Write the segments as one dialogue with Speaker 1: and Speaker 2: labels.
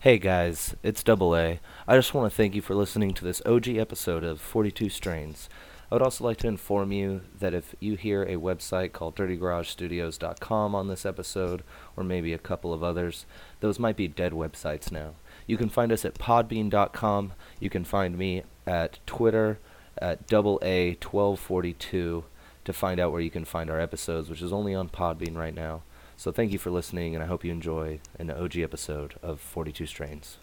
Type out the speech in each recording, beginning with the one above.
Speaker 1: Hey guys, it's Double A. I just want to thank you for listening to this OG episode of 42 Strains. I would also like to inform you that if you hear a website called dirtygaragestudios.com on this episode, or maybe a couple of others, those might be dead websites now. You can find us at podbean.com. You can find me at Twitter at double A 1242 to find out where you can find our episodes, which is only on Podbean right now. So thank you for listening, and I hope you enjoy an OG episode of 42 Strains.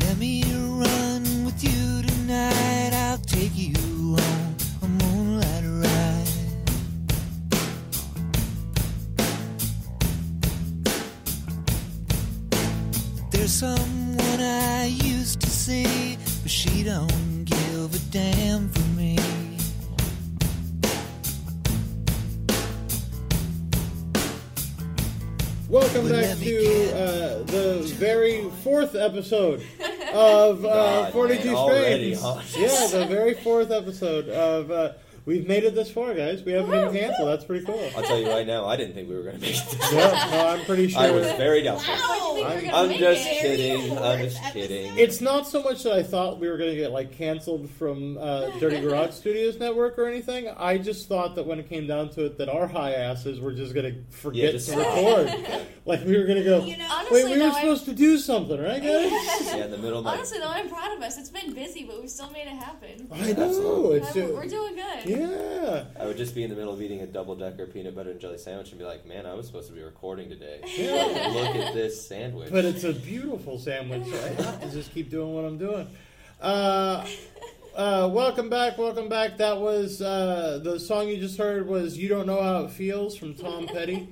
Speaker 2: Let me run with you tonight. I'll take you on a moonlight ride. There's someone I used to see, but she don't give a damn for me.
Speaker 3: Welcome
Speaker 2: Well,
Speaker 3: back
Speaker 2: let me
Speaker 3: to
Speaker 2: get-
Speaker 3: uh, the very fourth episode of uh,
Speaker 4: God,
Speaker 3: 42
Speaker 4: man, already,
Speaker 3: Strains.
Speaker 4: huh?
Speaker 3: Yeah, the very fourth episode of. Uh, we've made it this far, guys. We haven't been canceled. That's pretty cool.
Speaker 4: I'll tell you right now, I didn't think we were going to make it. this far.
Speaker 3: Yeah, no, I'm pretty
Speaker 4: I was
Speaker 3: sure.
Speaker 4: very doubtful.
Speaker 5: Wow,
Speaker 3: I'm-
Speaker 5: you think
Speaker 4: I'm
Speaker 5: we're gonna
Speaker 4: just
Speaker 5: make it?
Speaker 4: kidding. I'm just kidding.
Speaker 3: It's not so much that I thought we were going to get like canceled from uh, Dirty Garage Studios Network or anything. I just thought that when it came down to it, that our high asses were just going to forget
Speaker 4: Yeah, just-
Speaker 3: to record. like we were going to go.
Speaker 5: You know,
Speaker 3: Wait,
Speaker 5: honestly,
Speaker 3: we were
Speaker 5: though, I'm,
Speaker 3: supposed to do something, right, guys?
Speaker 4: yeah, in the middle of my.
Speaker 5: honestly though, I'm proud of us. It's been busy, but we still made it happen.
Speaker 3: I know.
Speaker 4: Absolutely.
Speaker 3: It's
Speaker 5: I'm- we're doing good.
Speaker 3: yeah.
Speaker 4: I would just be in the middle of eating a double decker peanut butter and jelly sandwich and be like, man, I was supposed to be recording today.
Speaker 3: Yeah.
Speaker 4: Look at this sandwich.
Speaker 3: But it's a beautiful sandwich, so I have to just keep doing what I'm doing. Uh, uh, welcome back, welcome back. That was uh, the song you just heard was "You Don't Know How It Feels" from Tom Petty,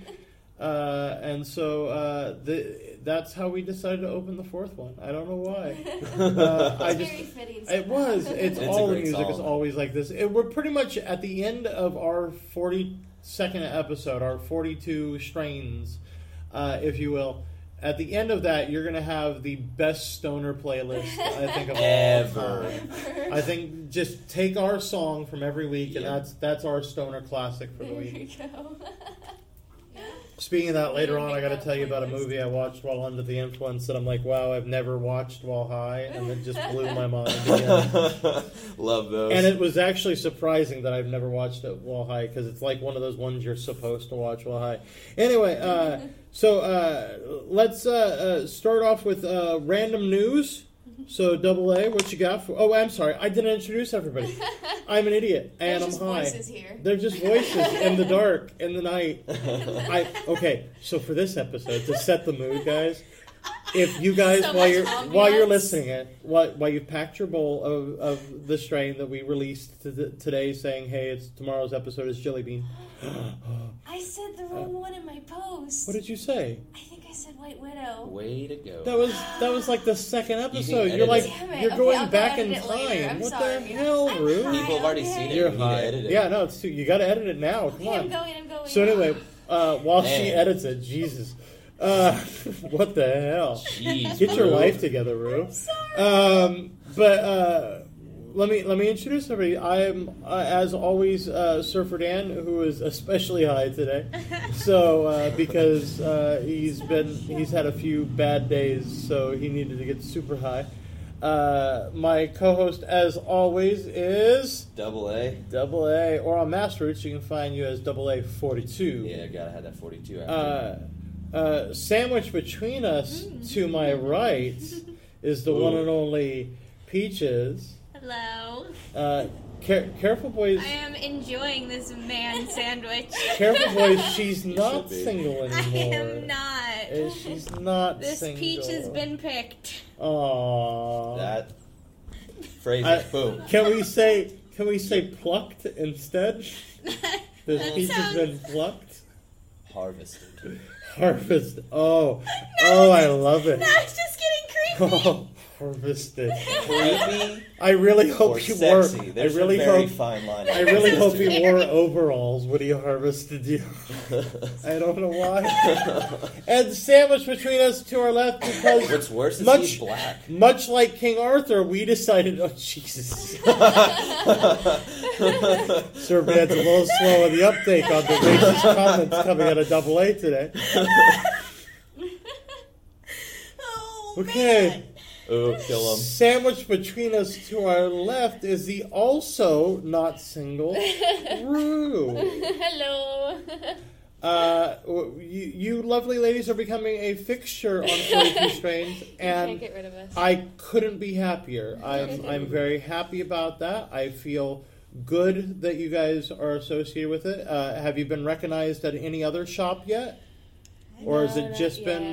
Speaker 3: uh, and so uh, the, that's how we decided to open the fourth one. I don't know why. Uh, I
Speaker 5: It's
Speaker 3: just
Speaker 5: very fitting.
Speaker 3: it was. It's,
Speaker 4: It's a
Speaker 3: all the
Speaker 4: great
Speaker 3: music is
Speaker 4: song.
Speaker 3: always like this. It, we're pretty much at the end of our 42nd episode, our 42 strains, uh, if you will. At the end of that, you're going to have the best stoner playlist, I think, of all
Speaker 4: Ever.
Speaker 3: time. I think just take our song from every week, and
Speaker 4: Yeah.
Speaker 3: that's that's our stoner classic for the
Speaker 5: There you
Speaker 3: week.
Speaker 5: go.
Speaker 3: Speaking of that, later on, I
Speaker 5: Make
Speaker 3: got to
Speaker 5: that
Speaker 3: tell you about a
Speaker 5: playlist.
Speaker 3: movie I watched while under the influence that I'm like, wow, I've never watched while high, and it just blew my mind. Again.
Speaker 4: Love those.
Speaker 3: And it was actually surprising that I've never watched it while high because it's like one of those ones you're supposed to watch while high. Anyway, uh, so uh, let's uh, uh, start off with uh, random news. So double A, what you got for? Oh, I'm sorry, I didn't introduce everybody. I'm an idiot, and
Speaker 5: There's just
Speaker 3: I'm high.
Speaker 5: voices here.
Speaker 3: They're just voices in the dark, in the night. I okay. So for this episode, to set the mood, guys, if you guys
Speaker 5: So
Speaker 3: while
Speaker 5: much
Speaker 3: you're while you're
Speaker 5: ambiance.
Speaker 3: listening, it while, while you've packed your bowl of, of the strain that we released to the, today, saying, "Hey, it's tomorrow's episode is Jelly Bean."
Speaker 5: I said the wrong one in my post.
Speaker 3: Uh, What did you say?
Speaker 5: I think I said White Widow.
Speaker 4: Way to go.
Speaker 3: That was that was like the second episode.
Speaker 4: edit
Speaker 3: You are like
Speaker 4: it.
Speaker 5: Damn it.
Speaker 3: you're
Speaker 5: Okay,
Speaker 3: going
Speaker 5: I'll go
Speaker 3: back
Speaker 5: edit
Speaker 3: in
Speaker 5: it
Speaker 3: time.
Speaker 5: later. I'm
Speaker 3: what the
Speaker 5: sorry.
Speaker 3: hell,
Speaker 5: I'm
Speaker 3: Rude?
Speaker 5: high,
Speaker 4: People have already
Speaker 5: okay.
Speaker 4: seen it.
Speaker 3: You're
Speaker 4: We need to
Speaker 3: high.
Speaker 4: edit it.
Speaker 3: Yeah, no, it's too, you got to edit it now. Come
Speaker 5: Okay, I'm
Speaker 3: on.
Speaker 5: going. I'm going.
Speaker 3: So anyway, uh, while she
Speaker 4: Man.
Speaker 3: edits it, Jesus, uh, what the hell?
Speaker 4: Jeez,
Speaker 3: Get your
Speaker 4: bro.
Speaker 3: life together, Rue.
Speaker 5: Sorry.
Speaker 3: Um, but uh, let me let me introduce everybody. I am, uh, as always, uh, Surfer Dan, who is especially high today. So uh, because uh, he's been he's had a few bad days, so he needed to get super high. Uh, my co-host, as always, is
Speaker 4: Double A.
Speaker 3: Double A, or on Masterroots, you can find you as Double A Forty Two.
Speaker 4: Yeah, gotta have that 42 after.
Speaker 3: Uh, uh, sandwiched between us
Speaker 6: Mm.
Speaker 3: to my right is the one
Speaker 4: Ooh.
Speaker 3: and only Peaches.
Speaker 6: Hello.
Speaker 3: Uh, care- careful, boys.
Speaker 6: I am enjoying this man sandwich.
Speaker 3: Careful, boys. She's not
Speaker 4: be.
Speaker 3: single
Speaker 6: I
Speaker 3: anymore.
Speaker 6: am
Speaker 3: Uh,
Speaker 6: not.
Speaker 3: She's not
Speaker 6: This
Speaker 3: single.
Speaker 6: peach has been picked.
Speaker 3: Aww.
Speaker 4: that phrase.
Speaker 3: uh, I-
Speaker 4: boom.
Speaker 3: Can we say? Can we say plucked instead? This
Speaker 6: That
Speaker 3: peach has
Speaker 6: sounds-
Speaker 3: been plucked.
Speaker 4: Harvested.
Speaker 3: Harvest. Oh, oh, I love it.
Speaker 6: Now it's just getting creepy.
Speaker 3: Oh, harvested.
Speaker 4: Creepy
Speaker 3: I really
Speaker 4: or
Speaker 3: hope you wore.
Speaker 4: sexy.
Speaker 3: I
Speaker 4: There's
Speaker 3: really
Speaker 4: a very
Speaker 3: hope.
Speaker 4: fine line.
Speaker 3: I really hope
Speaker 4: he
Speaker 3: he wore overalls when he harvested you. I don't know why. and sandwiched between us to our left because,
Speaker 4: What's worse is
Speaker 3: Much-
Speaker 4: he's black.
Speaker 3: much like King Arthur, we decided. Oh Jesus! Sir Dan's a little slow on the uptake on the racist comments coming out of Double A today.
Speaker 6: Oh,
Speaker 3: Okay.
Speaker 4: Ooh, kill him.
Speaker 3: Sandwiched between us to our left is the also not single Rue.
Speaker 5: Hello.
Speaker 3: Uh, w- you, you lovely ladies are becoming a fixture on 42 Strains,
Speaker 5: Can't
Speaker 3: and
Speaker 5: get rid of us.
Speaker 3: I couldn't be happier. I'm, I'm very happy about that. I feel good that you guys are associated with it. Uh, have you been recognized at any other shop yet? Or has it
Speaker 5: not
Speaker 3: just
Speaker 5: yet.
Speaker 3: been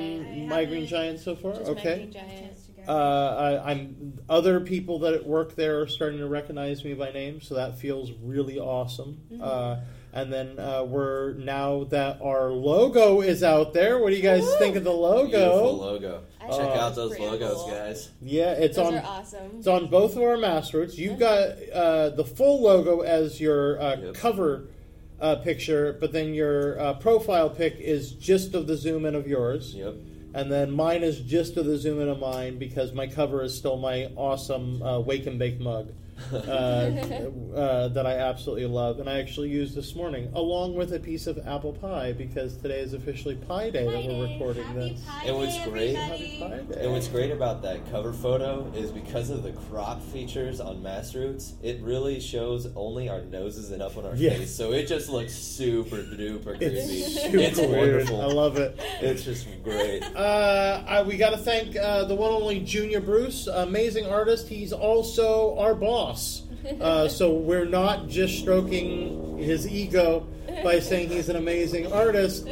Speaker 6: I
Speaker 3: Migraine
Speaker 6: haven't-
Speaker 3: Giant so far?
Speaker 5: Just
Speaker 3: okay.
Speaker 5: making giant.
Speaker 3: Uh, I, I'm other people that work there are starting to recognize me by name, so that feels really awesome.
Speaker 5: Mm-hmm.
Speaker 3: Uh, and then uh, we're now that our logo is out there. What do you guys think of the
Speaker 4: Beautiful
Speaker 3: logo?
Speaker 4: logo.
Speaker 5: I
Speaker 4: Check
Speaker 5: think
Speaker 4: out
Speaker 5: it's
Speaker 4: those
Speaker 5: pretty
Speaker 4: logos,
Speaker 5: cool.
Speaker 4: guys.
Speaker 3: Yeah, it's
Speaker 5: Those
Speaker 3: on.
Speaker 5: are awesome.
Speaker 3: It's on both of our mass routes. You've got uh, the full logo as your uh,
Speaker 4: Yep.
Speaker 3: cover uh, picture, but then your uh, profile pic is just of the zoom in of yours.
Speaker 4: Yep.
Speaker 3: And then mine is just to the zoom in of mine because my cover is still my awesome uh, wake and bake mug uh, uh, that I absolutely love, and I actually used this morning along with a piece of apple pie because today is officially Pie Day that we're recording
Speaker 6: Happy
Speaker 3: this.
Speaker 6: Pi
Speaker 4: It was
Speaker 6: Day,
Speaker 4: great.
Speaker 6: everybody.
Speaker 3: Happy Pie Day.
Speaker 4: And what's great about that cover photo is because of the crop features on Massroots, it really shows only our noses and up on our
Speaker 3: Yeah.
Speaker 4: face. So it just looks super duper creepy.
Speaker 3: It's super
Speaker 4: It's
Speaker 3: weird.
Speaker 4: wonderful.
Speaker 3: I love it.
Speaker 4: it's just great.
Speaker 3: Uh, I, we got to thank uh, the one and only Junior Bruce, amazing artist. He's also our boss. Uh, so we're not just stroking his ego by saying he's an amazing artist.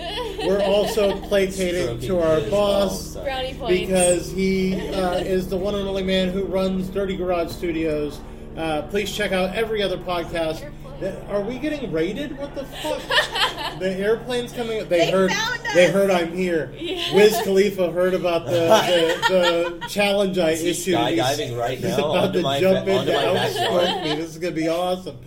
Speaker 3: We're also placating to
Speaker 4: Stroking
Speaker 3: our
Speaker 4: his-
Speaker 3: boss
Speaker 4: oh, sorry.
Speaker 5: Brownie points.
Speaker 3: because he uh, is the one and only man who runs Dirty Garage Studios. Uh, please check out every other podcast. Th- Are we getting raided? What the fuck? the airplane's coming. They,
Speaker 6: They
Speaker 3: heard.
Speaker 6: found us!
Speaker 3: They heard I'm here. Wiz Khalifa heard about the, the, the challenge I
Speaker 4: Is he
Speaker 3: issued.
Speaker 4: skydiving right
Speaker 3: he's
Speaker 4: now
Speaker 3: about
Speaker 4: onto
Speaker 3: to
Speaker 4: my
Speaker 3: jump
Speaker 4: ba-
Speaker 3: into
Speaker 4: onto my
Speaker 3: Elvis
Speaker 4: backyard?
Speaker 3: Presley. This is gonna be awesome.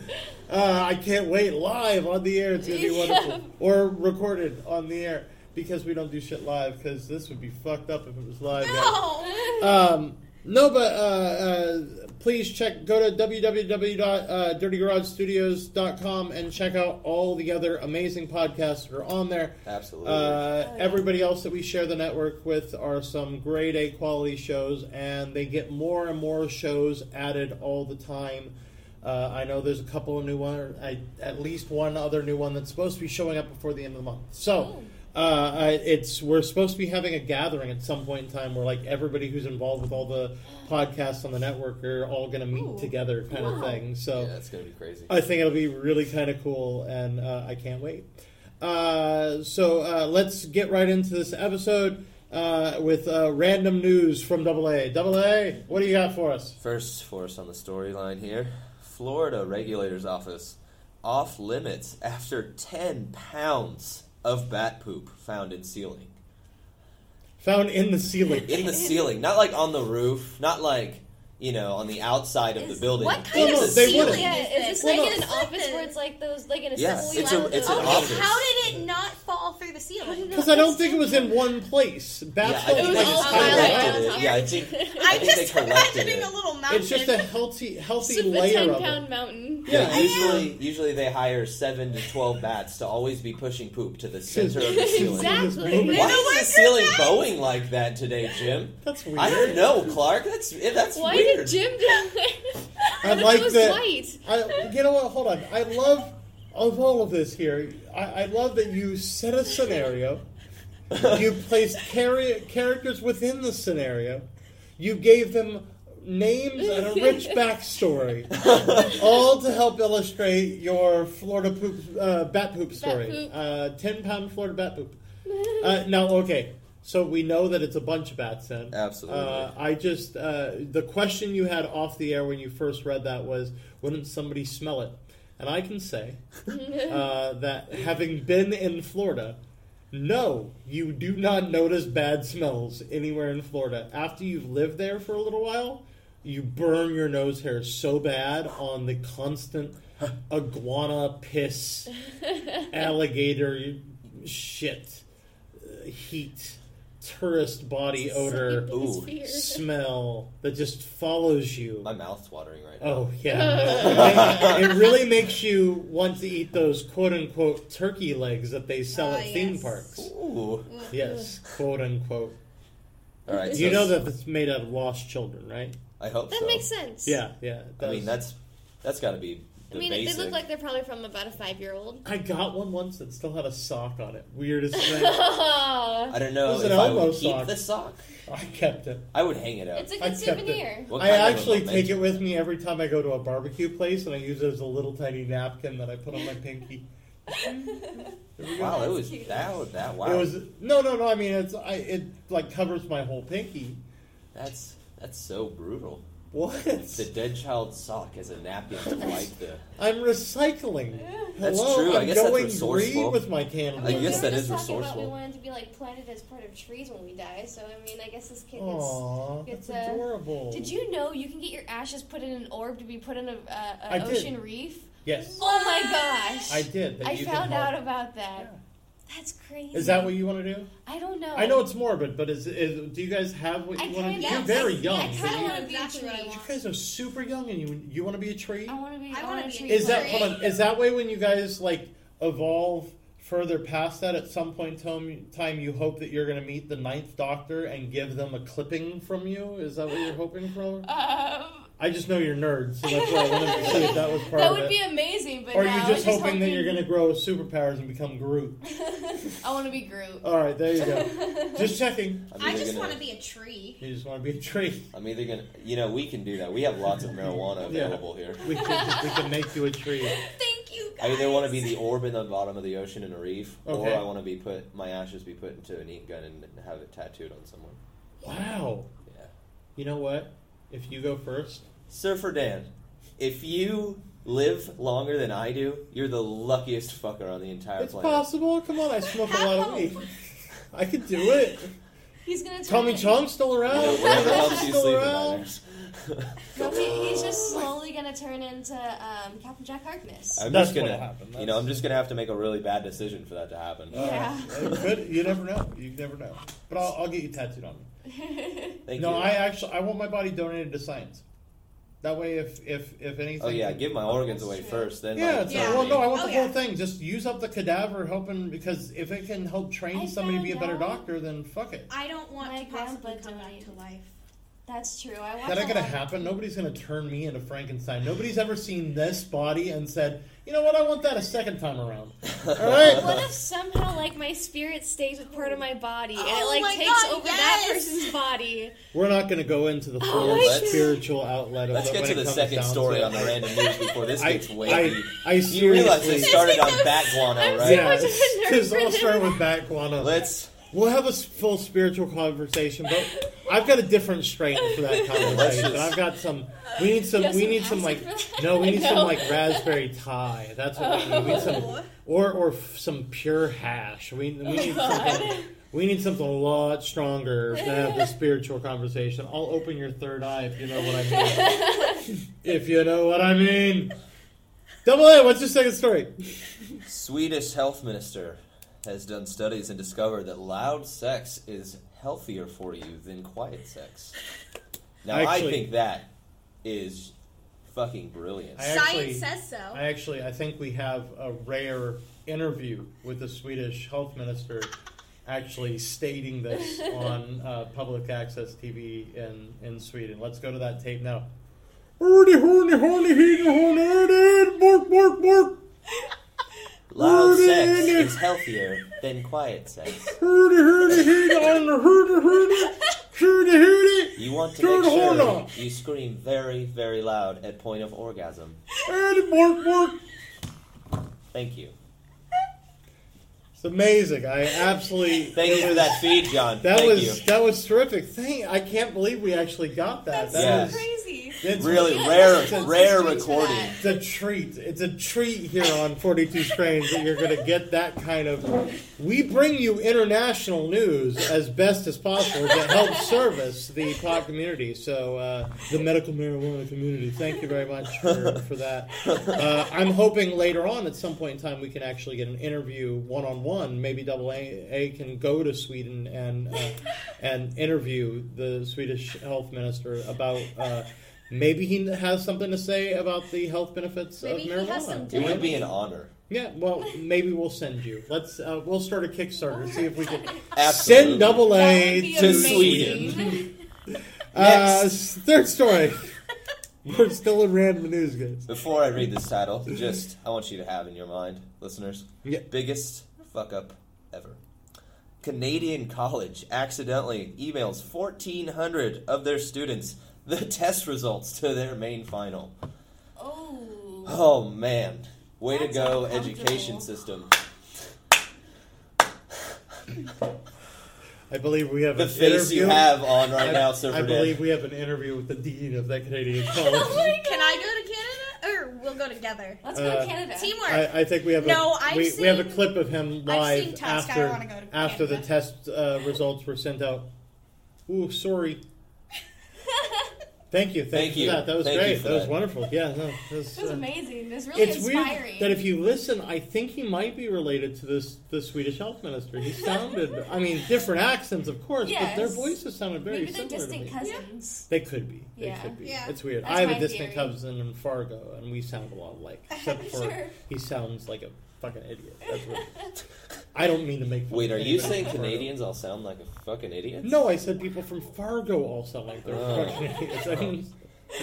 Speaker 3: Uh, I can't wait live on the air. It's gonna be wonderful, or recorded on the air because we don't do shit live. Because this would be fucked up if it was live. guys.
Speaker 6: Oh.
Speaker 3: Um, no, but uh, uh, please check. Go to www.dirtygaragestudios.com and check out all the other amazing podcasts that are on there.
Speaker 4: Absolutely.
Speaker 3: Uh, everybody else that we share the network with are some grade A quality shows, and they get more and more shows added all the time. Uh, I know there's a couple of new one, I, at least one other new one that's supposed to be showing up before the end of the month. So uh, I, it's we're supposed to be having a gathering at some point in time where like everybody who's involved with all the podcasts on the network are all going to meet
Speaker 5: Ooh.
Speaker 3: together, kind of thing. So
Speaker 4: yeah, that's gonna be crazy.
Speaker 3: I think it'll be really kind of cool, and uh, I can't wait. Uh, so uh, let's get right into this episode uh, with uh, random news from Double A. Double A, what do you got for us?
Speaker 4: First for us on the storyline here Florida Regulator's Office off limits after 10 pounds of bat poop found in ceiling.
Speaker 3: Found in the ceiling.
Speaker 4: In the ceiling, not like on the roof, not like, you know, on the outside of the
Speaker 6: Is-
Speaker 4: building.
Speaker 6: what kind
Speaker 4: It's
Speaker 3: of
Speaker 4: a
Speaker 3: They
Speaker 4: ceiling.
Speaker 3: wouldn't.
Speaker 5: Yeah, is this like
Speaker 6: Well,
Speaker 5: in an
Speaker 6: no.
Speaker 5: office where it's like those, like an
Speaker 4: Yes,
Speaker 5: assembly
Speaker 4: it's
Speaker 5: line
Speaker 4: a-
Speaker 5: with
Speaker 4: it's
Speaker 5: those-
Speaker 4: an
Speaker 6: Okay,
Speaker 5: Oh,
Speaker 4: office.
Speaker 6: how did it not fall through the ceiling?
Speaker 3: Because I don't think it was in one place.
Speaker 4: Yeah, I
Speaker 3: Bachelor
Speaker 4: think
Speaker 5: It
Speaker 4: they
Speaker 5: was
Speaker 4: just
Speaker 5: all
Speaker 4: collected
Speaker 5: piled
Speaker 4: it.
Speaker 5: up.
Speaker 4: Yeah, I think, I
Speaker 6: I'm
Speaker 4: think
Speaker 6: just
Speaker 4: they collected
Speaker 6: imagining
Speaker 4: it.
Speaker 6: a little mountain.
Speaker 3: It's just a healthy, healthy
Speaker 5: Super
Speaker 3: layer of
Speaker 5: 10
Speaker 3: it.
Speaker 5: pound mountain.
Speaker 3: Yeah,
Speaker 4: Yeah, usually, usually they hire seven to twelve bats to always be pushing poop to the center of the ceiling.
Speaker 5: Exactly.
Speaker 4: Why
Speaker 6: They
Speaker 4: is the
Speaker 6: workers
Speaker 4: ceiling
Speaker 6: out.
Speaker 4: bowing like that today, Jim?
Speaker 3: That's weird.
Speaker 4: I don't know, Clark. That's eh, that's
Speaker 5: Why
Speaker 4: weird.
Speaker 5: did Jim do it?
Speaker 3: I
Speaker 5: What if
Speaker 3: like
Speaker 5: it was
Speaker 3: that-
Speaker 5: white?
Speaker 3: I, you know what? Hold on. I love of all of this here. I, I love that you set a scenario. You placed chari- characters within the scenario. You gave them names and a rich backstory, all to help illustrate your Florida poop, uh, bat poop story.
Speaker 5: poop.
Speaker 3: Uh, Ten pound Florida bat poop. Uh, now, okay. So we know that it's a bunch of bats then.
Speaker 4: Absolutely.
Speaker 3: Uh, I just uh, the question you had off the air when you first read that was, wouldn't somebody smell it? And I can say uh, that having been in Florida, No, you do not notice bad smells anywhere in Florida. After you've lived there for a little while, you burn your nose hair so bad on the constant iguana piss, alligator shit, uh, heat, tourist body odor
Speaker 5: People's
Speaker 4: Ooh.
Speaker 5: fears.
Speaker 3: smell that just follows you.
Speaker 4: My mouth's watering right now.
Speaker 3: Oh yeah, it really makes you want to eat those quote unquote turkey legs that they sell
Speaker 6: Ah,
Speaker 3: at theme
Speaker 6: yes.
Speaker 3: parks.
Speaker 4: Ooh.
Speaker 3: Yes, quote unquote.
Speaker 4: All right.
Speaker 3: You
Speaker 4: so
Speaker 3: know that it's made out of lost children, right?
Speaker 4: I hope
Speaker 5: That
Speaker 4: so.
Speaker 5: makes sense.
Speaker 3: Yeah, yeah. it
Speaker 4: I
Speaker 3: does.
Speaker 4: mean, that's that's got to be
Speaker 5: I
Speaker 4: the
Speaker 5: mean,
Speaker 4: basic.
Speaker 5: they look like they're probably from about a five-year-old.
Speaker 3: I got one once that still had a sock on it. Weird as thing.
Speaker 5: Oh,
Speaker 4: I don't know
Speaker 3: It was an
Speaker 4: if I
Speaker 3: elbow
Speaker 4: would
Speaker 3: sock.
Speaker 4: keep the sock.
Speaker 3: I kept it.
Speaker 4: I would hang it up.
Speaker 5: it's a
Speaker 3: I
Speaker 5: good
Speaker 3: kept it.
Speaker 5: souvenir.
Speaker 4: What
Speaker 3: I
Speaker 4: kind of a
Speaker 3: actually take
Speaker 4: momentum?
Speaker 3: it with me every time I go to a barbecue place, and I use it as a little tiny napkin that I put on my pinky.
Speaker 4: Wow, it was
Speaker 6: That's cute.
Speaker 4: that. That wow.
Speaker 3: It was no, no, no. I mean, it's I, it like covers my whole pinky.
Speaker 4: That's that's so brutal.
Speaker 3: What?
Speaker 4: The dead child sock as a napkin to wipe the.
Speaker 3: I'm recycling.
Speaker 4: That's
Speaker 3: Hello,
Speaker 4: true. I
Speaker 3: I'm
Speaker 4: guess that's
Speaker 3: going green
Speaker 4: resourceful.
Speaker 3: with my candle.
Speaker 4: I guess
Speaker 5: we
Speaker 4: that
Speaker 5: were
Speaker 4: is
Speaker 5: just talking About
Speaker 4: resourceful.
Speaker 5: we wanted to be like planted as part of trees when we die. So I mean, I guess this kid gets.
Speaker 3: Aww,
Speaker 5: it's
Speaker 3: that's
Speaker 5: a-
Speaker 3: adorable.
Speaker 5: Did you know you can get your ashes put in an orb to be put in a, a,
Speaker 3: I
Speaker 5: a
Speaker 3: did.
Speaker 5: ocean reef?
Speaker 3: Yes,
Speaker 5: Oh my gosh!
Speaker 3: I did. that
Speaker 5: I
Speaker 3: you can
Speaker 5: found
Speaker 3: help.
Speaker 5: out about that. That's crazy.
Speaker 3: Is that what you want to do?
Speaker 5: I don't know.
Speaker 3: I know it's morbid, but is, is do you guys have what
Speaker 5: Oh. I
Speaker 3: you want to do?
Speaker 5: kinda- yeah,
Speaker 3: You're very
Speaker 5: I-
Speaker 3: young. but
Speaker 5: I kind
Speaker 3: you-
Speaker 5: of
Speaker 6: you-
Speaker 5: want to be a
Speaker 6: Exactly what I
Speaker 5: tree.
Speaker 6: want.
Speaker 3: you guys are super young, and you you want to be a tree?
Speaker 5: I want to be.
Speaker 6: I
Speaker 5: I
Speaker 6: wanna
Speaker 5: want
Speaker 6: be
Speaker 5: to
Speaker 6: a
Speaker 5: be.
Speaker 3: Is that
Speaker 6: tree.
Speaker 3: hold on? Is that way when you guys like evolve further past that at some point in time you hope that you're going to meet the ninth doctor and give them a clipping from you? Is that what you're hoping for? I
Speaker 5: Um,
Speaker 3: just know you're nerds, so that's why I wanted to see if that was part
Speaker 5: that
Speaker 3: of
Speaker 5: would
Speaker 3: it.
Speaker 5: be amazing. But
Speaker 3: or are
Speaker 5: no,
Speaker 3: you
Speaker 5: I was
Speaker 3: just hoping, that you're
Speaker 5: hoping-
Speaker 3: going to grow superpowers and become Groot?
Speaker 5: I want to be Groot.
Speaker 3: All right, there you go. just checking.
Speaker 4: I'm
Speaker 6: I
Speaker 4: either
Speaker 6: just
Speaker 4: gonna-
Speaker 6: want to be a tree.
Speaker 3: You just want to be a tree.
Speaker 4: I'm either gonna. You know, we can do that. We have lots of marijuana
Speaker 3: Yeah.
Speaker 4: available here.
Speaker 3: We can, we can make you a tree.
Speaker 6: Thank you
Speaker 4: I
Speaker 6: guys.
Speaker 4: either want to be the orb in the bottom of the ocean in a reef,
Speaker 3: Okay.
Speaker 4: or I want to be put my ashes be put into an ink gun and have it tattooed on someone.
Speaker 3: Wow.
Speaker 4: Yeah.
Speaker 3: You know what? If you go first,
Speaker 4: Surfer Dan, if you live longer than I do, you're the luckiest fucker on the entire
Speaker 3: it's
Speaker 4: planet.
Speaker 3: possible. Come on, I smoke a lot of
Speaker 6: How?
Speaker 3: weed. I could do it.
Speaker 5: He's gonna.
Speaker 3: Tommy
Speaker 5: turn-
Speaker 3: Chong's still
Speaker 4: You
Speaker 3: around.
Speaker 4: know, whatever helps you
Speaker 3: Still
Speaker 4: sleep
Speaker 3: around.
Speaker 4: at night.
Speaker 5: No, he- he's just slowly gonna turn into um, Captain Jack Harkness.
Speaker 4: I'm
Speaker 3: That's
Speaker 4: just gonna,
Speaker 3: what happened.
Speaker 4: you know, I'm just gonna have to make a really bad decision for that to happen.
Speaker 3: All right.
Speaker 5: Yeah.
Speaker 3: It could- Uh, you never know. You never know. But I'll, I'll get you tattooed on me.
Speaker 4: Thank
Speaker 3: no,
Speaker 4: you.
Speaker 3: I actually I want my body donated to science. That way, if if if anything.
Speaker 4: oh yeah, give my organs away
Speaker 5: true.
Speaker 4: first, then.
Speaker 3: Yeah,
Speaker 4: like,
Speaker 3: it's
Speaker 6: Yeah.
Speaker 3: Like, well, no, I want
Speaker 6: Oh,
Speaker 3: the whole
Speaker 6: yeah.
Speaker 3: thing. Just use up the cadaver, helping because if it can help train
Speaker 5: I
Speaker 3: somebody to be a
Speaker 5: found
Speaker 3: better
Speaker 5: out-
Speaker 3: doctor, then fuck it.
Speaker 6: I don't want
Speaker 5: My
Speaker 6: to possibly
Speaker 5: grandpa
Speaker 6: come back
Speaker 5: died.
Speaker 6: to life.
Speaker 5: That's true. I watch
Speaker 3: That ain't
Speaker 5: a
Speaker 3: gonna
Speaker 5: lot of-
Speaker 3: happen. Nobody's gonna turn me into Frankenstein. Nobody's ever seen this body and said, you know what, I want that a second time around. All right.
Speaker 5: What if somehow like my spirit stays with part of my body and it
Speaker 6: Oh my
Speaker 5: like takes
Speaker 6: God,
Speaker 5: over that
Speaker 6: yes!
Speaker 5: person's body?
Speaker 3: We're not gonna go into the full
Speaker 5: my
Speaker 4: God.
Speaker 3: spiritual outlet. Of
Speaker 4: Let's
Speaker 3: it
Speaker 4: get
Speaker 3: when
Speaker 4: to
Speaker 3: it
Speaker 4: the
Speaker 3: comes
Speaker 4: second
Speaker 3: down
Speaker 4: story
Speaker 3: to
Speaker 4: on the
Speaker 3: it.
Speaker 4: random news before this
Speaker 3: I,
Speaker 4: gets
Speaker 3: I,
Speaker 4: wavy.
Speaker 3: I
Speaker 4: You realize
Speaker 3: seriously.
Speaker 4: it started on bat
Speaker 5: I'm
Speaker 4: guano,
Speaker 5: so
Speaker 4: right?
Speaker 5: much of a
Speaker 3: Yeah,
Speaker 5: nerd
Speaker 3: this
Speaker 5: for
Speaker 3: all
Speaker 5: this.
Speaker 3: started with Bat Guano.
Speaker 4: Let's
Speaker 3: We'll have a s- full spiritual conversation, but I've got a different strain for that conversation.
Speaker 4: just-
Speaker 3: I've got some. We need some.
Speaker 5: You have
Speaker 3: We
Speaker 5: some
Speaker 3: need some like.
Speaker 5: acid for that?
Speaker 3: No, we need
Speaker 5: No.
Speaker 3: some like raspberry Thai. That's what we need. We need
Speaker 6: Oh.
Speaker 3: some, or or f- some pure hash. We we need something. We need something a lot stronger to have the spiritual conversation. I'll open your third eye if you know what I mean. if you know what I mean. Double A, what's your second story?
Speaker 4: Swedish health minister has done studies and discovered that loud sex is healthier for you than quiet sex. Now I
Speaker 3: Actually-
Speaker 4: think that is fucking brilliant.
Speaker 3: I actually-
Speaker 6: Science says so.
Speaker 3: I actually, I think we have a rare interview with the Swedish health minister actually stating this on uh, public access TV in, in Sweden. Let's go to that tape now. Erdy, horny, horny, heated, horny, erdy, bark, bark, bark.
Speaker 4: Loud
Speaker 3: Rudy
Speaker 4: sex
Speaker 3: in it.
Speaker 4: is healthier than quiet sex.
Speaker 3: Erdy, horny, heated, on the herdy, herdy, herdy, herdy,
Speaker 4: You want to
Speaker 3: Turn
Speaker 4: make
Speaker 3: horn
Speaker 4: sure
Speaker 3: on.
Speaker 4: you scream very, very loud at point of orgasm.
Speaker 3: erdy, bark, bark.
Speaker 4: Thank you.
Speaker 3: It's amazing. I absolutely
Speaker 4: Thank you for that feed, John.
Speaker 3: That
Speaker 4: Thank
Speaker 3: was
Speaker 4: you.
Speaker 3: that was terrific. Thank. I can't believe we actually got that.
Speaker 6: That's
Speaker 3: that
Speaker 4: Yeah.
Speaker 3: was,
Speaker 6: so crazy.
Speaker 3: It's
Speaker 4: Really
Speaker 6: Yeah,
Speaker 4: rare,
Speaker 6: it's a
Speaker 4: rare
Speaker 6: consistent
Speaker 4: recording.
Speaker 6: track.
Speaker 3: It's a treat. It's a treat here on 42 Strains that you're going to get that kind of. We bring you international news as best as possible to help service the pot community. So, uh, the medical marijuana community. Thank you very much for, for that. Uh, I'm hoping later on, at some point in time, we can actually get an interview one on one. Maybe Double A A can go to Sweden and uh, and interview the Swedish health minister about. Uh,
Speaker 4: Mm-hmm.
Speaker 3: Maybe he has something to say about the health benefits
Speaker 6: Maybe
Speaker 3: of
Speaker 6: he
Speaker 3: marijuana.
Speaker 6: has some
Speaker 4: It would be an honor.
Speaker 3: yeah, well, maybe we'll send you. Let's uh, we'll start a Kickstarter see if we can
Speaker 4: Absolutely.
Speaker 3: send Double
Speaker 6: That
Speaker 3: A
Speaker 6: would Oh be
Speaker 3: to
Speaker 6: amazing.
Speaker 4: Sweden.
Speaker 3: Uh, s- third story. We're still in random news, guys.
Speaker 4: Before I read this title, just I want you to have in your mind, listeners,
Speaker 3: Yeah.
Speaker 4: biggest fuck up ever. Canadian college accidentally emails 1,400 of their students the test results to their main final.
Speaker 6: Oh.
Speaker 4: Oh man, way to
Speaker 6: That's
Speaker 4: go,
Speaker 6: uncomfortable.
Speaker 4: education system.
Speaker 3: I believe we have
Speaker 4: The
Speaker 3: an
Speaker 4: face
Speaker 3: interview.
Speaker 4: you have on right
Speaker 3: I,
Speaker 4: now, Silver
Speaker 3: I
Speaker 4: Dan.
Speaker 3: believe we have an interview with the dean of that Canadian
Speaker 6: Oh
Speaker 3: college.
Speaker 6: my Can I go to Canada? Or we'll go together.
Speaker 5: Let's go
Speaker 3: Uh,
Speaker 5: to Canada.
Speaker 6: Teamwork.
Speaker 3: I, I think we have
Speaker 6: No,
Speaker 3: a
Speaker 6: I've
Speaker 3: we, we have a
Speaker 6: seen-
Speaker 3: clip of him
Speaker 6: I've
Speaker 3: live
Speaker 6: seen Tusk. I
Speaker 3: after
Speaker 6: wanna go to
Speaker 3: after the
Speaker 6: Canada.
Speaker 3: test uh, results were sent out. Ooh, sorry. Thank you. Thank,
Speaker 4: Thank
Speaker 3: you. for
Speaker 4: you.
Speaker 3: That. that was
Speaker 4: Thank you
Speaker 3: great.
Speaker 4: for
Speaker 3: That, was
Speaker 4: that.
Speaker 3: wonderful. Yeah. No, that was,
Speaker 5: It was
Speaker 3: uh,
Speaker 5: amazing. It was really
Speaker 3: it's
Speaker 5: inspiring.
Speaker 3: weird that if you listen, I think he might be related to this the Swedish health minister. He sounded, I mean, different accents, of course, but their
Speaker 5: Yes.
Speaker 3: voices sounded very
Speaker 5: Maybe they're
Speaker 3: similar to me.
Speaker 5: distant cousins.
Speaker 3: They could be. They
Speaker 5: Yeah.
Speaker 3: could be.
Speaker 6: Yeah.
Speaker 3: It's weird.
Speaker 5: That's
Speaker 3: I have a
Speaker 5: my
Speaker 3: distant
Speaker 5: theory.
Speaker 3: cousin in Fargo, and we sound a lot alike. Except for
Speaker 5: Sure.
Speaker 3: he sounds like a fucking idiot. That's weird. I don't mean to make. fun
Speaker 4: Wait,
Speaker 3: of
Speaker 4: are you
Speaker 3: anybody
Speaker 4: saying
Speaker 3: from Fargo.
Speaker 4: Canadians all sound like a fucking idiot?
Speaker 3: No, I said people from Fargo all sound like they're
Speaker 4: Oh.
Speaker 3: fucking idiots. I mean,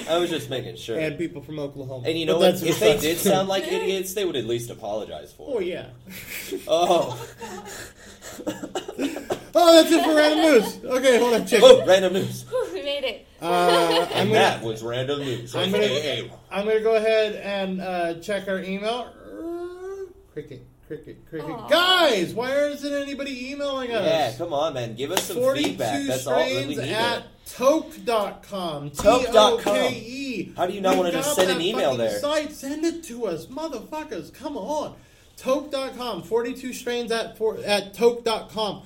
Speaker 4: I was just making sure.
Speaker 3: and
Speaker 4: And,
Speaker 3: people from Oklahoma.
Speaker 4: you
Speaker 3: But
Speaker 4: know what?
Speaker 3: that's
Speaker 4: If they
Speaker 3: besides-
Speaker 4: did sound like idiots, they would at least apologize
Speaker 3: Oh
Speaker 4: for it.
Speaker 3: yeah.
Speaker 4: Oh.
Speaker 3: Oh, that's it for random news. Okay, hold on, check.
Speaker 4: Oh, random news.
Speaker 5: Whew, we made it.
Speaker 3: Uh, I'm
Speaker 4: And
Speaker 3: gonna,
Speaker 4: that was random news.
Speaker 3: I'm gonna-
Speaker 4: AKA.
Speaker 3: I'm gonna go ahead and uh, check our email. Uh, Cricket, cricket, cricket.
Speaker 5: Aw.
Speaker 3: Guys, why isn't anybody emailing us?
Speaker 4: Yeah, come on, man. Give us some
Speaker 3: 42
Speaker 4: feedback. That's all that we
Speaker 3: strains
Speaker 4: need.
Speaker 3: at toke.com.
Speaker 4: Toke.com.
Speaker 3: T-O-K-E.
Speaker 4: How do you not
Speaker 3: We've
Speaker 4: wanna just
Speaker 3: E. got
Speaker 4: send
Speaker 3: that
Speaker 4: an email
Speaker 3: fucking
Speaker 4: there?
Speaker 3: Site. Send it to us, motherfuckers. Come on. Toke.com. 42 strains at, for, at toke.com.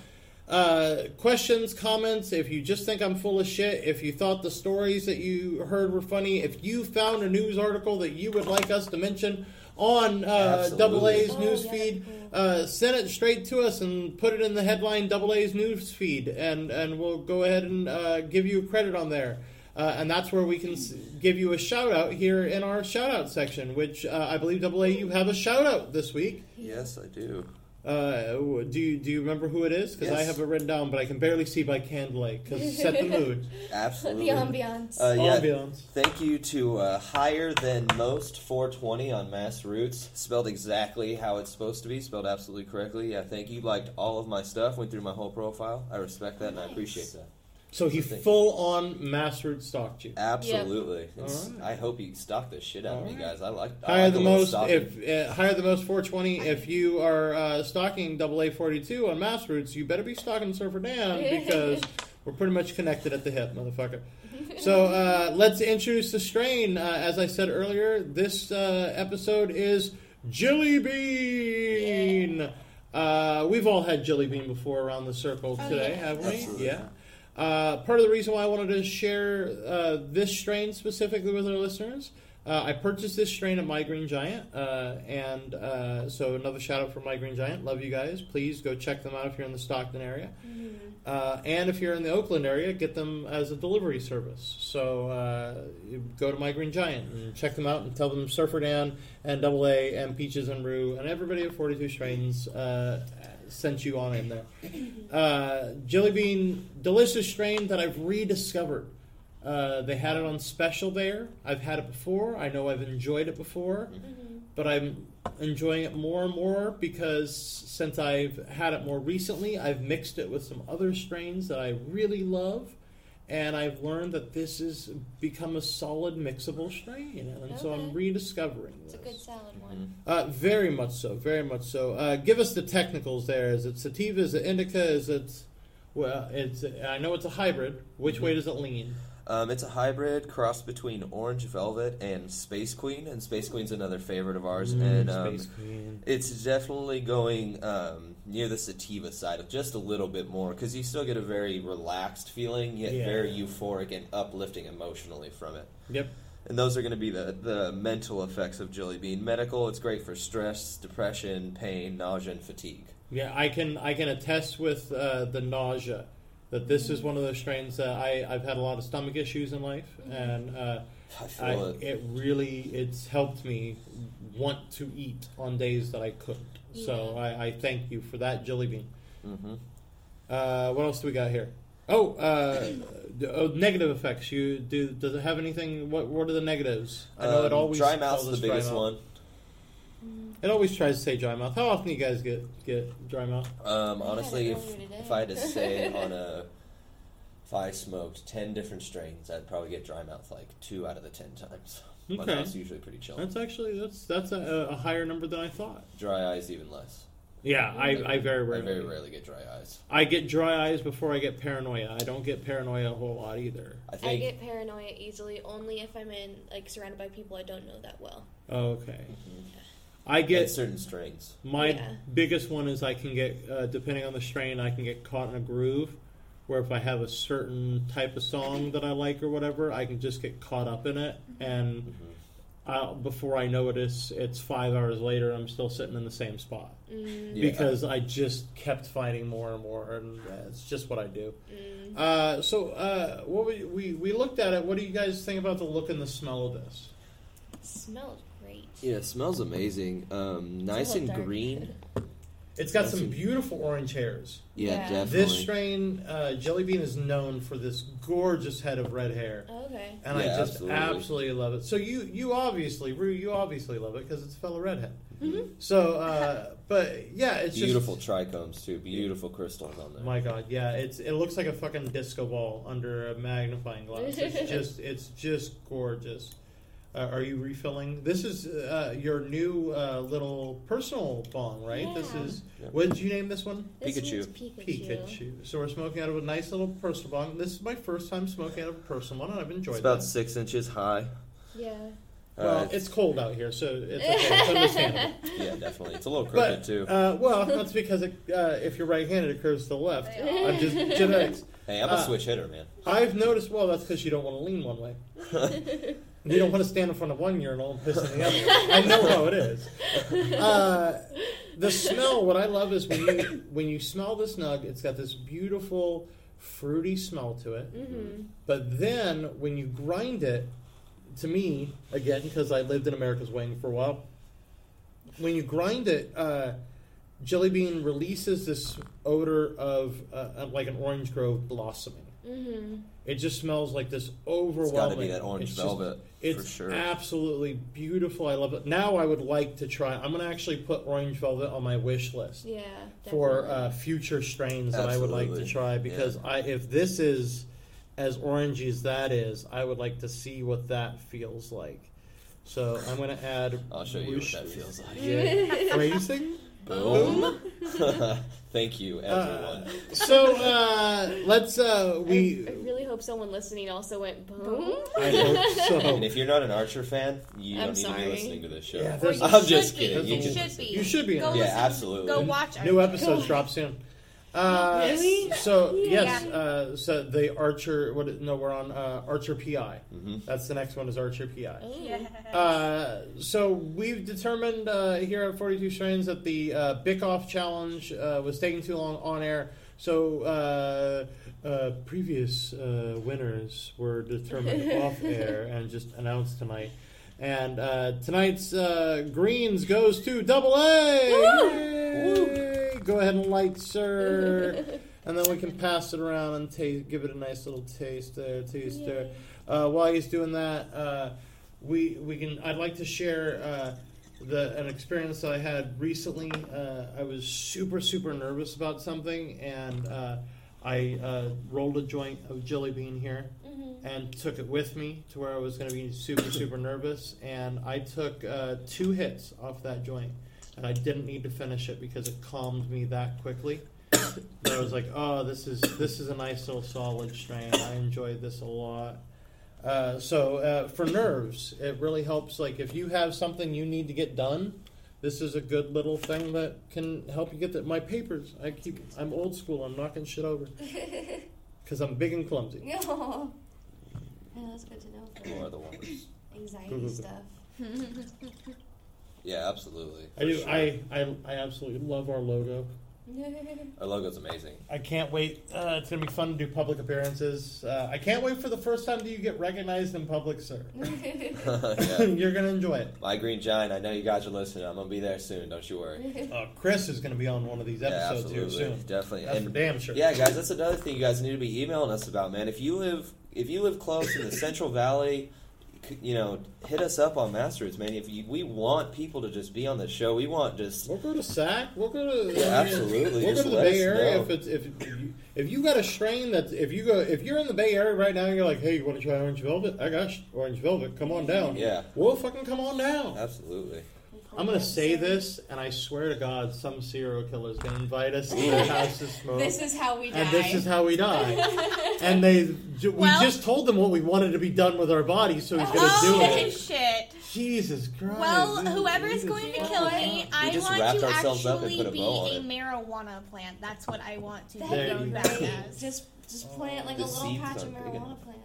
Speaker 3: Uh, questions, comments, if you just think I'm full of shit, if you thought the stories that you heard were funny, if you found a news article that you would like us to mention on uh,
Speaker 4: Absolutely.
Speaker 3: Double A's
Speaker 5: Oh,
Speaker 3: news
Speaker 5: yeah,
Speaker 3: feed,
Speaker 5: cool.
Speaker 3: uh, send it straight to us and put it in the headline Double A's news feed, and, and we'll go ahead and uh, give you credit on there. Uh, and that's where we can s- give you a shout out here in our shout out section, which uh, I believe Double A, you have a shout out this week.
Speaker 4: Yes, I do.
Speaker 3: Uh, do you, do you remember who it is? Because I
Speaker 4: Yes.
Speaker 3: have it written down, but I can barely see by candlelight. Because set the mood,
Speaker 4: Absolutely.
Speaker 5: The ambiance.
Speaker 4: Uh, yeah.
Speaker 3: ambiance.
Speaker 4: Thank you to uh, Higher Than Most 420 on Mass Roots, spelled exactly how it's supposed to be, spelled absolutely correctly. Yeah, thank you. Liked all of my stuff, went through my whole profile. I respect that and I
Speaker 5: Nice.
Speaker 4: appreciate that.
Speaker 3: So he
Speaker 4: Thank you.
Speaker 3: full on mastered stalked you.
Speaker 4: Absolutely. It's-
Speaker 3: Alright.
Speaker 4: I hope you stock the shit out of me,
Speaker 3: Alright.
Speaker 4: guys. I like I
Speaker 3: Higher
Speaker 4: like a
Speaker 3: the
Speaker 4: little
Speaker 3: most
Speaker 4: stalking.
Speaker 3: if uh, higher the most 420. If you are uh, stocking AA 42 on mass routes, you better be stocking Surfer Dan because we're pretty much connected at the hip, motherfucker. So uh, let's introduce the strain. Uh, as I said earlier, this uh, episode is Jelly Bean. Uh, we've all had Jelly Bean before around the circle
Speaker 6: Oh,
Speaker 3: today,
Speaker 6: yeah.
Speaker 3: have we?
Speaker 4: Absolutely.
Speaker 3: Yeah. Uh, part of the reason why I wanted to share uh, this strain specifically with our listeners, uh, I purchased this strain at My Green Giant, uh, and uh, so another shout out for My Green Giant. Love you guys. Please go check them out if you're in the Stockton area, uh, and if you're in the Oakland area, get them as a delivery service. So uh, you go to My Green Giant and check them out, and tell them Surfer Dan and Double A and Peaches and Rue and everybody at Forty Two Strains uh, sent you on in there uh, jelly bean delicious strain that I've rediscovered. Uh, they had it on special there. I've had it before. I know I've enjoyed it before,
Speaker 5: Mm-hmm.
Speaker 3: but I'm enjoying it more and more because since I've had it more recently, I've mixed it with some other strains that I really love, and I've learned that this has become a solid mixable strain, and so I'm
Speaker 5: Okay.
Speaker 3: rediscovering
Speaker 5: It's
Speaker 3: this.
Speaker 5: a good salad
Speaker 4: Mhm.
Speaker 5: one.
Speaker 3: Uh, very much so, very much so. Uh, give us the technicals there. Is it sativa? Is it indica? Is it well? It's I know it's a hybrid. Which way does it lean?
Speaker 4: Um, it's a hybrid cross between Orange Velvet and Space Queen, and Space Queen's another favorite of ours. and um,
Speaker 3: Mm, Mm-hmm. Space Queen.
Speaker 4: it's definitely going um, near the sativa side of just a little bit more because you still get a very relaxed feeling, yet
Speaker 3: Yeah.
Speaker 4: very euphoric and uplifting emotionally from it.
Speaker 3: Yep.
Speaker 4: And those are going to be the, the mental effects of Jelly Bean. Medical, it's great for stress, depression, pain, nausea, and fatigue.
Speaker 3: Yeah, I can I can attest with uh, the nausea that this
Speaker 4: Mm.
Speaker 3: is one of those strains that I I've had a lot of stomach issues in life,
Speaker 4: Mm-hmm.
Speaker 3: and uh,
Speaker 4: I feel
Speaker 3: I,
Speaker 4: it.
Speaker 3: it really it's helped me want to eat on days that I couldn't. So I, I thank you for that jelly bean.
Speaker 4: Mhm.
Speaker 3: Uh, what else do we got here? Oh, uh, d- oh, negative effects. You do? Does it have anything? What What are the negatives? I know it
Speaker 4: Um,
Speaker 3: always
Speaker 4: dry mouth's
Speaker 3: calls
Speaker 4: the
Speaker 3: us dry
Speaker 4: biggest
Speaker 3: mouth.
Speaker 4: one.
Speaker 3: It always tries to say dry mouth. How often do you guys get get dry mouth?
Speaker 4: Um,
Speaker 5: I had it
Speaker 4: honestly, if,
Speaker 5: earlier today.
Speaker 4: if I had to say on a, if I smoked ten different strains, I'd probably get dry mouth like two out of the ten times. My
Speaker 3: Okay.
Speaker 4: mouth's usually pretty chill.
Speaker 3: That's actually that's that's a, a higher number than I thought.
Speaker 4: Dry eyes even less.
Speaker 3: Yeah, I, I very
Speaker 4: I
Speaker 3: rarely.
Speaker 4: very rarely get dry eyes.
Speaker 3: I get dry eyes before I get paranoia. I don't get paranoia a whole lot either.
Speaker 4: I
Speaker 5: I
Speaker 4: think
Speaker 5: get paranoia easily only if I'm in like surrounded by people I don't know that well.
Speaker 3: Okay. I
Speaker 4: in
Speaker 3: get
Speaker 4: certain strains.
Speaker 3: my
Speaker 5: Yeah.
Speaker 3: biggest one is I can get uh, depending on the strain I can get caught in a groove where if I have a certain type of song that I like or whatever I can just get caught up in it and i before I know it it's it's five hours later I'm still sitting in the same spot
Speaker 5: Mm.
Speaker 4: Yeah.
Speaker 3: because I just kept finding more and more, and it's just what I do. Uh, so, uh, what we, we we looked at it. What do you guys think about the look and the smell of this?
Speaker 5: smells great.
Speaker 4: yeah, it smells amazing. Um, nice and
Speaker 5: little dark.
Speaker 4: green.
Speaker 3: It's got
Speaker 4: That's
Speaker 3: some
Speaker 4: a-
Speaker 3: beautiful orange hairs.
Speaker 4: Yeah,
Speaker 5: Yeah.
Speaker 4: definitely.
Speaker 3: This strain, uh, Jelly Bean, is known for this gorgeous head of red hair,
Speaker 5: Okay.
Speaker 3: and I
Speaker 4: Yeah,
Speaker 3: just
Speaker 4: absolutely.
Speaker 3: absolutely. love it. So you you obviously, Rue, you obviously love it because it's a fellow redhead.
Speaker 5: Mm-hmm.
Speaker 3: So, uh, but yeah, it's just-
Speaker 4: Beautiful trichomes too. Beautiful crystals on there.
Speaker 3: Oh My God, yeah, it's it looks like a fucking disco ball under a magnifying glass. It's just it's just gorgeous. Uh, are you refilling? This is uh, your new uh, little personal bong, right? This
Speaker 5: Yeah.
Speaker 3: is
Speaker 4: Yeah.
Speaker 3: what did you name this one?
Speaker 5: This
Speaker 4: Pikachu.
Speaker 5: one's Pikachu.
Speaker 3: Pikachu. So we're smoking out of a nice little personal bong. This is my first time smoking out of a personal one, and I've enjoyed
Speaker 4: It's about
Speaker 3: that.
Speaker 4: six inches high.
Speaker 5: Yeah.
Speaker 3: Well,
Speaker 4: Uh,
Speaker 3: it's cold out here, so it's okay. It's understandable.
Speaker 4: yeah, definitely. It's a little crooked
Speaker 3: But
Speaker 4: too.
Speaker 3: uh, well, that's because it, uh, if you're right-handed, it curves to the left.
Speaker 6: They
Speaker 3: I'm just genetics.
Speaker 4: hey, I'm a
Speaker 3: uh,
Speaker 4: switch hitter, man.
Speaker 3: I've noticed. Well, that's because you don't want to lean one way. you don't want to stand in front of one urinal and piss in the other. I know how it is. Uh, the smell. What I love is when you when you smell this nug. It's got this beautiful fruity smell to it.
Speaker 5: Mm-hmm.
Speaker 3: But then when you grind it, to me again because I lived in America's Wing for a while. When you grind it. Uh, Jelly bean releases this odor of uh, like an orange grove blossoming.
Speaker 5: Mm-hmm.
Speaker 3: It just smells like this
Speaker 4: It's got to
Speaker 3: overwhelming.
Speaker 4: be that orange
Speaker 3: it's just-
Speaker 4: velvet
Speaker 3: it's
Speaker 4: for sure.
Speaker 3: absolutely beautiful. I love it. Now I would like to try. I'm gonna actually put orange velvet on my wish list
Speaker 5: Yeah.
Speaker 3: for
Speaker 5: definitely.
Speaker 3: uh, future strains that I would like
Speaker 4: Absolutely.
Speaker 3: to try because I, if this is as orangey as that is, I would like to see what that feels like. So I'm gonna add.
Speaker 4: I'll show you what
Speaker 3: whoosh-
Speaker 4: that feels like.
Speaker 3: Yeah. Phrasing.
Speaker 4: Boom. Thank you, everyone.
Speaker 3: Uh, so uh, let's. Uh, we.
Speaker 5: I, I really hope someone listening also went boom.
Speaker 3: I hope so.
Speaker 4: and if you're not an Archer fan, you
Speaker 5: I'm
Speaker 4: don't need to
Speaker 5: sorry.
Speaker 4: be listening to this show.
Speaker 3: oh. Yeah,
Speaker 6: Or
Speaker 3: there's-
Speaker 6: you
Speaker 4: I'm
Speaker 6: should
Speaker 4: just
Speaker 6: be.
Speaker 4: kidding.
Speaker 3: You
Speaker 6: You
Speaker 3: can-
Speaker 6: should be.
Speaker 3: You should be in
Speaker 6: Go
Speaker 3: it.
Speaker 4: Yeah,
Speaker 6: listen.
Speaker 4: absolutely.
Speaker 6: Go
Speaker 3: New
Speaker 6: watch. Archer. Go
Speaker 3: episodes
Speaker 6: watch.
Speaker 3: drop soon. Uh,
Speaker 6: Really?
Speaker 3: So
Speaker 6: Yeah.
Speaker 3: yes, uh, so the Archer. What? No, we're on uh, Archer PI.
Speaker 4: Mhm.
Speaker 3: That's the next one is Archer PI.
Speaker 5: Oh.
Speaker 6: Yeah.
Speaker 3: Uh, so we've determined uh, here at Forty Two Strains that the uh, Bick Off challenge uh, was taking too long on air. So uh, uh, previous uh, winners were determined off air and just announced tonight. And uh, tonight's uh, greens goes to Double A. Yay! Go ahead and light, sir. and then we can pass it around and ta- give it a nice little taste there, taster. Uh, while he's doing that, uh, we we can. I'd like to share uh, the an experience that I had recently. Uh, I was super super nervous about something, and uh, I uh, rolled a joint of jelly bean here and took it with me to where I was going to be super super nervous. And I took uh, two hits off that joint, and I didn't need to finish it because it calmed me that quickly. that I was like, oh, this is this is a nice little solid strain. I enjoyed this a lot. Uh, so uh, for nerves, it really helps. Like if you have something you need to get done, this is a good little thing that can help you get that. My papers, I keep. I'm old school. I'm knocking shit over because I'm big and clumsy.
Speaker 5: no. No, that's good to know for
Speaker 4: You are the ones.
Speaker 5: anxiety stuff.
Speaker 4: Yeah, absolutely.
Speaker 3: I do.
Speaker 4: For sure.
Speaker 3: I, I I absolutely love our logo.
Speaker 4: Our logo's amazing.
Speaker 3: I can't wait. Uh, it's gonna be fun to do public appearances. Uh, I can't wait for the first time that you get recognized in public, sir.
Speaker 5: Oh,
Speaker 4: yeah.
Speaker 3: You're gonna enjoy it.
Speaker 4: My Green Giant, I know you guys are listening. I'm going to be there soon. Don't you worry.
Speaker 3: Uh, Chris is gonna be on one of these
Speaker 4: yeah,
Speaker 3: episodes
Speaker 4: absolutely.
Speaker 3: here soon.
Speaker 4: Definitely.
Speaker 3: That's for
Speaker 4: and
Speaker 3: damn sure.
Speaker 4: yeah, guys, that's another thing you guys need to be emailing us about, man. If you live if you live close in the Central Valley, c- you know, hit us up on Masters, man. If you, we want people to just be on the show, we want just
Speaker 3: We'll go to SAC. We'll go to
Speaker 4: Yeah, absolutely.
Speaker 3: We'll go
Speaker 4: Just
Speaker 3: to the
Speaker 4: let
Speaker 3: Bay
Speaker 4: us
Speaker 3: Area
Speaker 4: know.
Speaker 3: if it's if if you, if you got a strain that if you go if you're in the Bay Area right now, you're like, hey, you want to try Orange Velvet? I got Orange Velvet. Come on down.
Speaker 4: Yeah.
Speaker 3: we'll fucking come on down.
Speaker 4: absolutely.
Speaker 3: I'm gonna say this, and I swear to God, some serial killer is gonna invite us to
Speaker 4: Mm.
Speaker 3: their house to smoke.
Speaker 5: This is how we die.
Speaker 3: and this is how we die. and they, ju- we
Speaker 6: Well-
Speaker 3: just told them what we wanted to be done with our bodies, so he's gonna do
Speaker 6: Oh
Speaker 3: it.
Speaker 6: shit!
Speaker 3: Jesus Christ!
Speaker 6: Well,
Speaker 3: this is-
Speaker 6: whoever
Speaker 3: this
Speaker 6: is going to
Speaker 5: Jesus.
Speaker 6: kill me, I
Speaker 4: just
Speaker 6: want
Speaker 4: wrapped
Speaker 6: to
Speaker 4: ourselves up and
Speaker 6: actually
Speaker 4: put a
Speaker 6: be
Speaker 4: bow on
Speaker 6: a
Speaker 4: it.
Speaker 6: marijuana plant. That's what I want to be
Speaker 3: There
Speaker 5: That'd
Speaker 3: you
Speaker 5: be
Speaker 6: known
Speaker 3: go.
Speaker 6: back
Speaker 5: great.
Speaker 6: as.
Speaker 5: Just just
Speaker 3: Oh,
Speaker 5: plant like
Speaker 4: The
Speaker 5: a little
Speaker 4: seeds
Speaker 5: patch of
Speaker 4: aren't big
Speaker 5: marijuana
Speaker 4: enough.
Speaker 5: plants.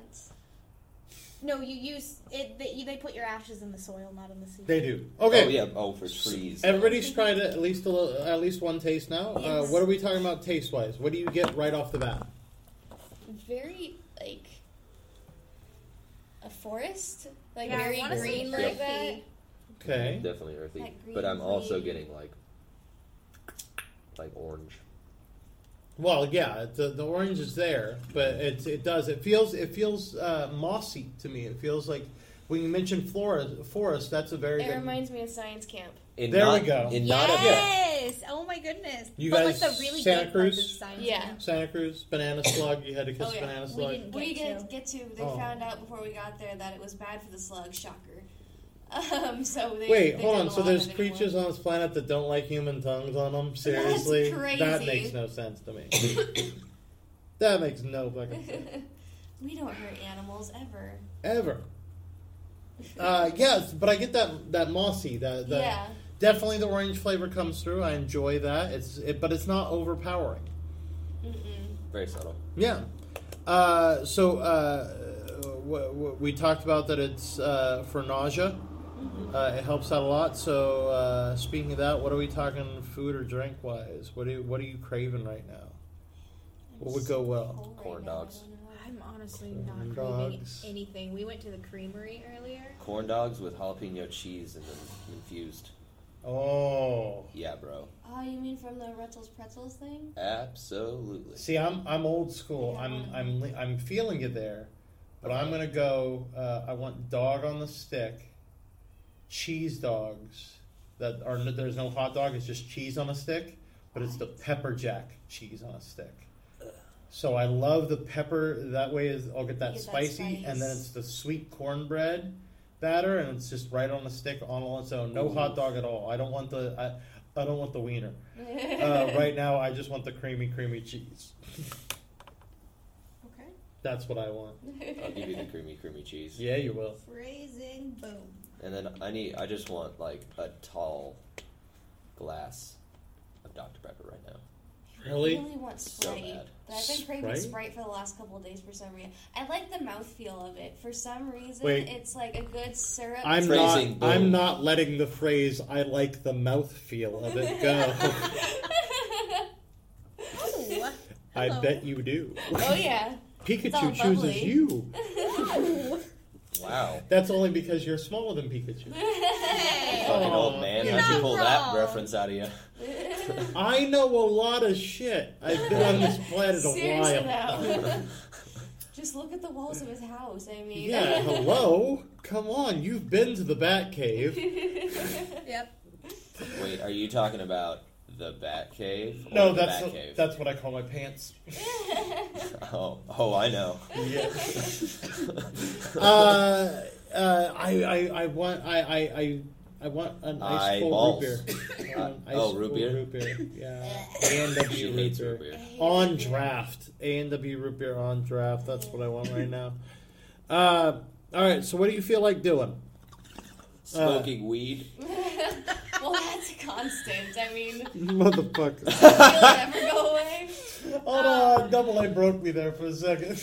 Speaker 6: No, you use it. They, they put your ashes in the soil, not in the sea.
Speaker 3: They do. Okay.
Speaker 4: Oh yeah. Oh, for trees.
Speaker 3: Everybody's tried it, at least a, little- at least one taste now. Uh,
Speaker 5: Yes.
Speaker 3: what are we talking about taste wise? What do you get right off the bat?
Speaker 5: Very like a forest, like
Speaker 6: Yeah, I
Speaker 5: very
Speaker 6: wanna say
Speaker 5: green
Speaker 4: earthy.
Speaker 5: like that.
Speaker 3: Okay.
Speaker 4: Definitely earthy,
Speaker 5: Like green
Speaker 4: but I'm also
Speaker 5: leaf.
Speaker 4: getting like like orange.
Speaker 3: Well, yeah, the, the orange is there, but it it does it feels it feels uh, mossy to me. It feels like when you mention flora forest, that's a very
Speaker 5: It
Speaker 3: good.
Speaker 5: reminds me of science camp.
Speaker 4: In
Speaker 3: There we
Speaker 4: not,
Speaker 3: go.
Speaker 4: In not a
Speaker 6: Yes! Oh my goodness.
Speaker 3: You
Speaker 6: but
Speaker 3: guys-
Speaker 6: like the really
Speaker 3: Santa
Speaker 6: good
Speaker 3: Cruz?
Speaker 6: parts of science
Speaker 5: Yeah.
Speaker 6: camp.
Speaker 3: Santa Cruz banana slug. You had to kiss
Speaker 5: Oh, yeah.
Speaker 3: banana
Speaker 6: We
Speaker 3: slug.
Speaker 6: didn't-
Speaker 5: We
Speaker 6: Get
Speaker 5: didn't
Speaker 6: to.
Speaker 5: get to. They
Speaker 3: Oh.
Speaker 5: found out before we got there that it was bad for the slug. Shocker. Um. So they.
Speaker 3: Wait,
Speaker 5: they
Speaker 3: hold
Speaker 5: didn't
Speaker 3: on. So
Speaker 5: allow
Speaker 3: there's
Speaker 5: that anymore.
Speaker 3: creatures on this planet that don't like human tongues on them. Seriously, that
Speaker 5: crazy.
Speaker 3: makes no sense to me. that makes no fucking sense.
Speaker 5: we don't hurt animals ever.
Speaker 3: ever. Uh, yes, but I get that that mossy. That, that
Speaker 5: yeah.
Speaker 3: definitely the orange flavor comes through. I enjoy that. It's it, but it's not overpowering.
Speaker 5: Mm-mm.
Speaker 4: very subtle.
Speaker 3: Yeah. Uh, so uh, w- w- we talked about that it's uh, for nausea. Uh, it helps out a lot. So uh, speaking of that, what are we talking food or drink wise? What do you, what are you craving right now? What would go well?
Speaker 5: Cold right
Speaker 4: Corn
Speaker 5: now, I
Speaker 4: dogs.
Speaker 5: don't know.
Speaker 6: I'm honestly
Speaker 3: Corn
Speaker 6: not craving
Speaker 3: dogs.
Speaker 6: anything. We went to the creamery earlier.
Speaker 4: Corn dogs with jalapeno cheese and then infused.
Speaker 3: Oh,
Speaker 4: Yeah, bro.
Speaker 5: Oh, you mean from the Rutzels Pretzels thing?
Speaker 4: Absolutely.
Speaker 3: See, I'm I'm old school. I'm I'm li- I'm feeling you there, but I'm gonna go. Uh, I want dog on the stick, cheese dogs that are n- there's no hot dog. It's just cheese on a stick, but it's the pepper jack cheese on a stick. So I love the pepper. That way, is I'll get that
Speaker 5: You get that
Speaker 3: spicy, and then
Speaker 5: spice.
Speaker 3: it's the sweet cornbread batter, and it's just right on the stick on all its own. No hot dog at all. I don't want the I, I don't want the wiener. Uh, right now, I just want the creamy, creamy cheese.
Speaker 6: Okay.
Speaker 3: That's what I want.
Speaker 4: I'll give you the creamy, creamy cheese.
Speaker 3: Yeah, you will.
Speaker 6: Phrasing boom.
Speaker 4: And then I need. I just want like a tall glass of Dr Pepper right now.
Speaker 5: I really want
Speaker 4: So
Speaker 5: Sprite.
Speaker 4: bad.
Speaker 5: But I've been craving
Speaker 3: Sprite?
Speaker 5: Sprite? for the last couple of days for some reason. I like the mouthfeel of it. For some reason,
Speaker 3: Wait.
Speaker 5: it's like a good syrup.
Speaker 3: I'm
Speaker 4: Phrasing
Speaker 3: not. I'm
Speaker 4: bold.
Speaker 3: not letting the phrase "I like the mouth feel of it" go.
Speaker 6: Oh,
Speaker 3: I
Speaker 6: Hello.
Speaker 3: bet you do.
Speaker 5: oh yeah. all
Speaker 3: Pikachu
Speaker 5: bubbly.
Speaker 3: chooses you.
Speaker 4: Wow.
Speaker 3: That's only because you're smaller than Pikachu.
Speaker 4: Fucking old man,
Speaker 3: you're
Speaker 4: how'd you
Speaker 6: Oh. not
Speaker 4: pull that
Speaker 6: wrong.
Speaker 4: reference out of you?
Speaker 3: I know a lot of shit. I've been on this planet a
Speaker 5: Seriously
Speaker 3: while.
Speaker 5: though. Just look at the walls of his house. I mean.
Speaker 3: Yeah. Hello. Come on. You've been to the Batcave.
Speaker 6: Yep.
Speaker 4: Wait, are you talking about the Bat Cave? Or
Speaker 3: No,
Speaker 4: the
Speaker 3: that's
Speaker 4: Bat Cave.
Speaker 3: that's what I call my pants.
Speaker 4: Oh, oh, I know.
Speaker 3: Yeah. uh, uh, I, I, I want I, I, I, I want an ice cold root
Speaker 4: Eyeballs.
Speaker 3: beer.
Speaker 4: Uh,
Speaker 3: An ice
Speaker 4: oh, root
Speaker 3: cold
Speaker 4: beer?
Speaker 3: Root beer. Yeah. A and
Speaker 4: She
Speaker 3: W root
Speaker 4: hates root
Speaker 6: Uh.
Speaker 3: beer.
Speaker 4: beer.
Speaker 5: I hate
Speaker 3: On
Speaker 5: it.
Speaker 3: draft. A and W root beer on draft. That's what I want right now. Uh, all right. So what do you feel like doing?
Speaker 4: Smoking weed.
Speaker 5: well, that's constant. I mean,
Speaker 3: Motherfucker.
Speaker 5: it'll never go away.
Speaker 3: Hold on. Double A broke me there for a second.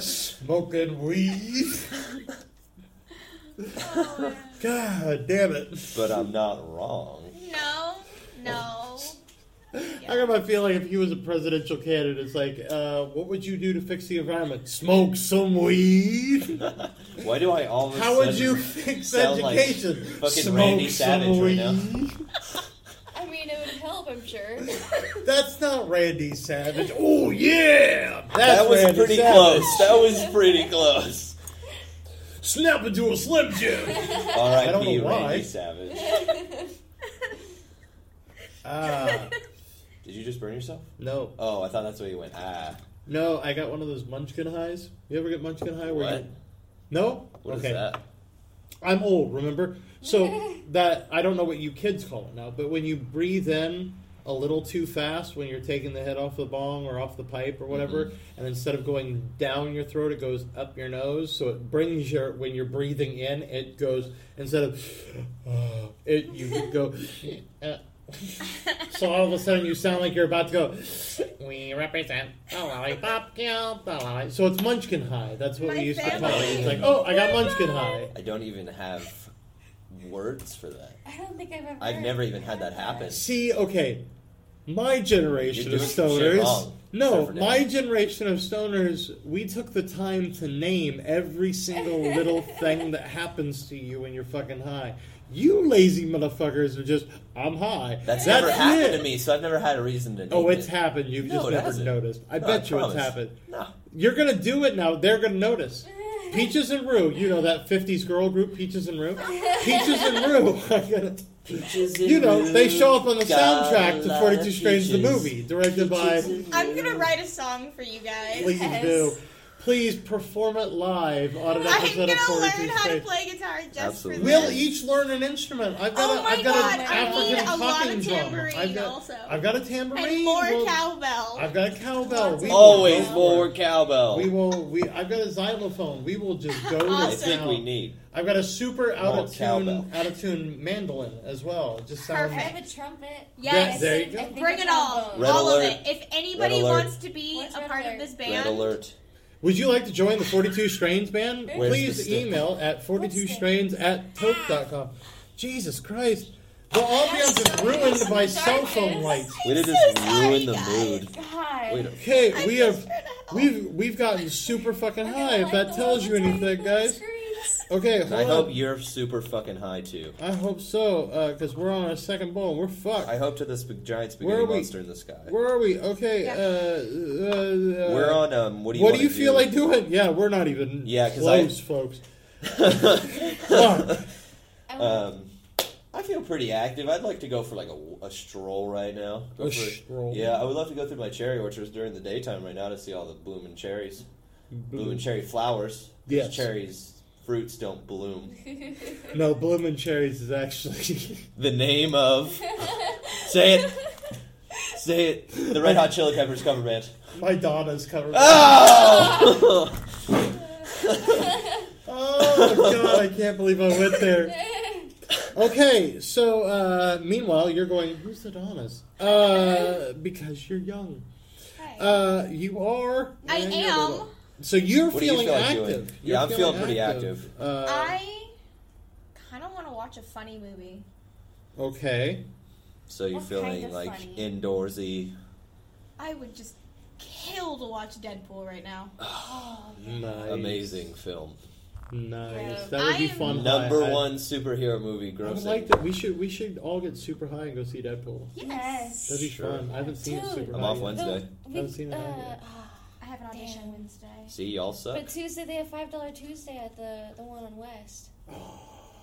Speaker 3: Smoking weed.
Speaker 6: Oh,
Speaker 3: God damn it.
Speaker 4: but I'm not wrong.
Speaker 6: no, no.
Speaker 3: I got my feeling if he was a presidential candidate, it's like, uh, what would you do to fix the environment? Smoke some weed.
Speaker 4: Why do I all of a
Speaker 3: How would
Speaker 4: sudden
Speaker 3: you fix
Speaker 4: sound like
Speaker 3: education?
Speaker 4: fucking
Speaker 3: Smoke
Speaker 4: Randy
Speaker 3: some
Speaker 4: Savage right now.
Speaker 3: weed.
Speaker 5: I mean, it would help, I'm sure.
Speaker 3: That's not Randy Savage. Oh yeah, That's
Speaker 4: That was
Speaker 3: Randy
Speaker 4: pretty
Speaker 3: Savage.
Speaker 4: close. That was pretty close.
Speaker 3: Snap into a slim jim. I don't
Speaker 4: R.I.P.
Speaker 3: know why.
Speaker 4: Randy Savage.
Speaker 3: Ah,
Speaker 4: Did you just burn yourself?
Speaker 3: no,
Speaker 4: Oh, I thought that's where you went. Ah,
Speaker 3: no. I got one of those munchkin highs. You ever get munchkin high? Where
Speaker 4: what?
Speaker 3: You... No.
Speaker 4: What is
Speaker 3: okay.
Speaker 4: that?
Speaker 3: I'm old. Remember? So that I don't know what you kids call it now, but when you breathe in a little too fast when you're taking the head off the bong or off the pipe or whatever,
Speaker 6: Mm-hmm.
Speaker 3: and instead of going down your throat, it goes up your nose. So it brings your when you're breathing in, it goes instead of it you go. uh, so all of a sudden you sound like you're about to go. We represent the lollipop guild. The lolli-" So it's Munchkin High. That's what
Speaker 6: My
Speaker 3: we used to call
Speaker 6: family.
Speaker 3: it. It's like, oh, I got Munchkin High.
Speaker 4: I don't even have words for that.
Speaker 5: I don't think I've ever.
Speaker 4: I've never even had that happen.
Speaker 3: See, okay, my generation
Speaker 4: You're
Speaker 3: of
Speaker 4: doing some shit
Speaker 3: stoners.
Speaker 4: wrong, except
Speaker 3: No,
Speaker 4: for
Speaker 3: my
Speaker 4: now.
Speaker 3: generation of stoners, we took the time to name every single little thing that happens to you when you're fucking high. You lazy motherfuckers are just, I'm high.
Speaker 4: That's, never happened
Speaker 3: it.
Speaker 4: to me, so I've never had a reason to.
Speaker 3: Oh,
Speaker 4: name
Speaker 3: it's
Speaker 4: it.
Speaker 3: happened. You've
Speaker 4: No,
Speaker 3: just
Speaker 4: it
Speaker 3: never
Speaker 4: hasn't.
Speaker 3: noticed. I
Speaker 4: No,
Speaker 3: bet you
Speaker 4: promise.
Speaker 3: it's happened.
Speaker 4: No,
Speaker 3: You're gonna do it now. They're gonna notice. Peaches and Rue, you know that '50s girl group, Peaches and Rue. Peaches and Rue are gonna, you know, they show up on the soundtrack to 42 Strains the movie, directed by.
Speaker 6: I'm gonna write a song for you guys.
Speaker 3: Please
Speaker 5: Yes.
Speaker 3: do. Please perform it live on an
Speaker 6: I'm
Speaker 3: episode
Speaker 6: gonna
Speaker 3: of 42
Speaker 6: learn how to
Speaker 3: Strains.
Speaker 6: play guitar just
Speaker 4: Absolutely.
Speaker 6: for this.
Speaker 3: We'll each learn an instrument. I've got
Speaker 6: Oh
Speaker 3: a,
Speaker 6: my
Speaker 3: I've got an
Speaker 6: God, I need
Speaker 3: African
Speaker 6: a lot of
Speaker 3: talking drummer.
Speaker 6: tambourine
Speaker 3: I've got,
Speaker 6: also.
Speaker 3: I've got a tambourine.
Speaker 6: and more
Speaker 3: We'll-
Speaker 6: cowbell.
Speaker 3: I've got a cowbell. We will
Speaker 4: Always
Speaker 3: go for
Speaker 4: more
Speaker 3: it.
Speaker 4: cowbell.
Speaker 3: We will. We. I've got a xylophone. We will just go to
Speaker 4: I
Speaker 6: Awesome.
Speaker 4: think
Speaker 3: town.
Speaker 4: we need.
Speaker 3: I've got a super out of
Speaker 4: cowbell.
Speaker 3: tune, out of tune mandolin as well. It just sounds.
Speaker 5: I
Speaker 6: Perfect.
Speaker 5: have a trumpet.
Speaker 6: yes.
Speaker 3: There you
Speaker 5: I
Speaker 3: go.
Speaker 5: think
Speaker 6: Bring
Speaker 5: a
Speaker 6: it all.
Speaker 5: trombone.
Speaker 4: Red
Speaker 6: all
Speaker 4: alert.
Speaker 6: of it. If anybody
Speaker 4: Red alert.
Speaker 6: wants to be
Speaker 5: What's
Speaker 6: a
Speaker 5: red
Speaker 6: part
Speaker 5: alert?
Speaker 6: of this
Speaker 4: Red
Speaker 6: band,
Speaker 4: alert.
Speaker 3: Would you like to join the 42 Strains band?
Speaker 4: Where's the
Speaker 3: Please
Speaker 4: stick?
Speaker 3: email at 42strains at toke.com. Jesus Christ. The
Speaker 5: I'm
Speaker 3: ambiance is
Speaker 5: sorry,
Speaker 3: ruined
Speaker 5: it's
Speaker 3: by
Speaker 5: the
Speaker 3: cell phone
Speaker 5: darkness.
Speaker 3: lights.
Speaker 4: We did
Speaker 6: so
Speaker 4: just
Speaker 6: sorry,
Speaker 4: ruin the
Speaker 6: guys.
Speaker 4: mood.
Speaker 5: God.
Speaker 4: Wait a
Speaker 3: Okay,
Speaker 6: I'm
Speaker 3: we
Speaker 6: just
Speaker 3: have
Speaker 6: turned off.
Speaker 3: we've we've gotten super fucking
Speaker 5: We're
Speaker 3: high
Speaker 5: gonna
Speaker 3: Ah, if
Speaker 5: light
Speaker 3: that
Speaker 5: the
Speaker 3: tells you
Speaker 5: world on
Speaker 3: anything,
Speaker 5: fire
Speaker 3: guys.
Speaker 5: screens.
Speaker 3: Okay, hold
Speaker 4: I hope
Speaker 3: on.
Speaker 4: you're super fucking high too.
Speaker 3: I hope so, because we're on our second bowl. We're fucked.
Speaker 4: I hope to this big giant
Speaker 3: Where
Speaker 4: spaghetti
Speaker 3: are we?
Speaker 4: monster in the sky.
Speaker 3: Where are we? Okay,
Speaker 6: Yeah.
Speaker 3: uh, uh, uh,
Speaker 4: We're on. Um, what do you?
Speaker 3: what
Speaker 4: wanna
Speaker 3: do you feel like doing? Yeah, we're not even
Speaker 4: Yeah, 'cause I-
Speaker 3: close, folks. Fuck.
Speaker 5: I want-
Speaker 4: Um, I feel pretty active. I'd like to go for like a, a stroll right now. Go
Speaker 3: A
Speaker 4: for,
Speaker 3: stroll.
Speaker 4: Yeah, I would love to go through my cherry orchards during the daytime right now to see all the blooming cherries, blooming cherry flowers. 'Cause
Speaker 3: Yes.
Speaker 4: cherries fruits don't bloom.
Speaker 3: No, Bloomin' Cherries is actually.
Speaker 4: The name of say it, say it. The Red Hot Chili Peppers cover band.
Speaker 3: My Donna's cover.
Speaker 4: Ah! Oh!
Speaker 3: Oh god, I can't believe I went there. Okay, so uh, meanwhile you're going. Who's the Donna's? Uh, because you're young. Uh, you are.
Speaker 6: I
Speaker 3: Yeah, you're
Speaker 6: am.
Speaker 3: little. So you're
Speaker 4: What do you
Speaker 3: feeling
Speaker 4: feel like doing?
Speaker 3: active.
Speaker 4: Yeah,
Speaker 3: You're
Speaker 4: I'm feeling pretty active.
Speaker 3: Uh,
Speaker 6: I kind of want to watch a funny movie.
Speaker 3: Uh, okay.
Speaker 4: So you're
Speaker 5: What kind
Speaker 4: feeling
Speaker 5: of
Speaker 4: like
Speaker 5: funny?
Speaker 4: indoorsy?
Speaker 6: I would just kill to watch Deadpool right now.
Speaker 3: Nice.
Speaker 4: Amazing film.
Speaker 3: Nice.
Speaker 5: Yeah.
Speaker 3: That would be
Speaker 6: I am-
Speaker 3: fun.
Speaker 4: Number
Speaker 3: I- I-
Speaker 4: one superhero movie
Speaker 3: I would
Speaker 4: grossing.
Speaker 3: like that. We should. We should all get super high and go see Deadpool.
Speaker 5: Yes.
Speaker 3: That'd be
Speaker 4: Sure.
Speaker 3: fun. I haven't seen it
Speaker 5: Dude.
Speaker 3: super.
Speaker 4: I'm
Speaker 3: high
Speaker 4: off
Speaker 3: yet.
Speaker 4: Wednesday. Wednesday.
Speaker 5: We-
Speaker 3: Haven't seen that
Speaker 5: uh,
Speaker 3: yet.
Speaker 5: ah,
Speaker 6: I have an audition
Speaker 5: Damn.
Speaker 6: Wednesday.
Speaker 4: See, y'all suck.
Speaker 5: But Tuesday they have five dollar Tuesday at the the one on West.
Speaker 3: Oh,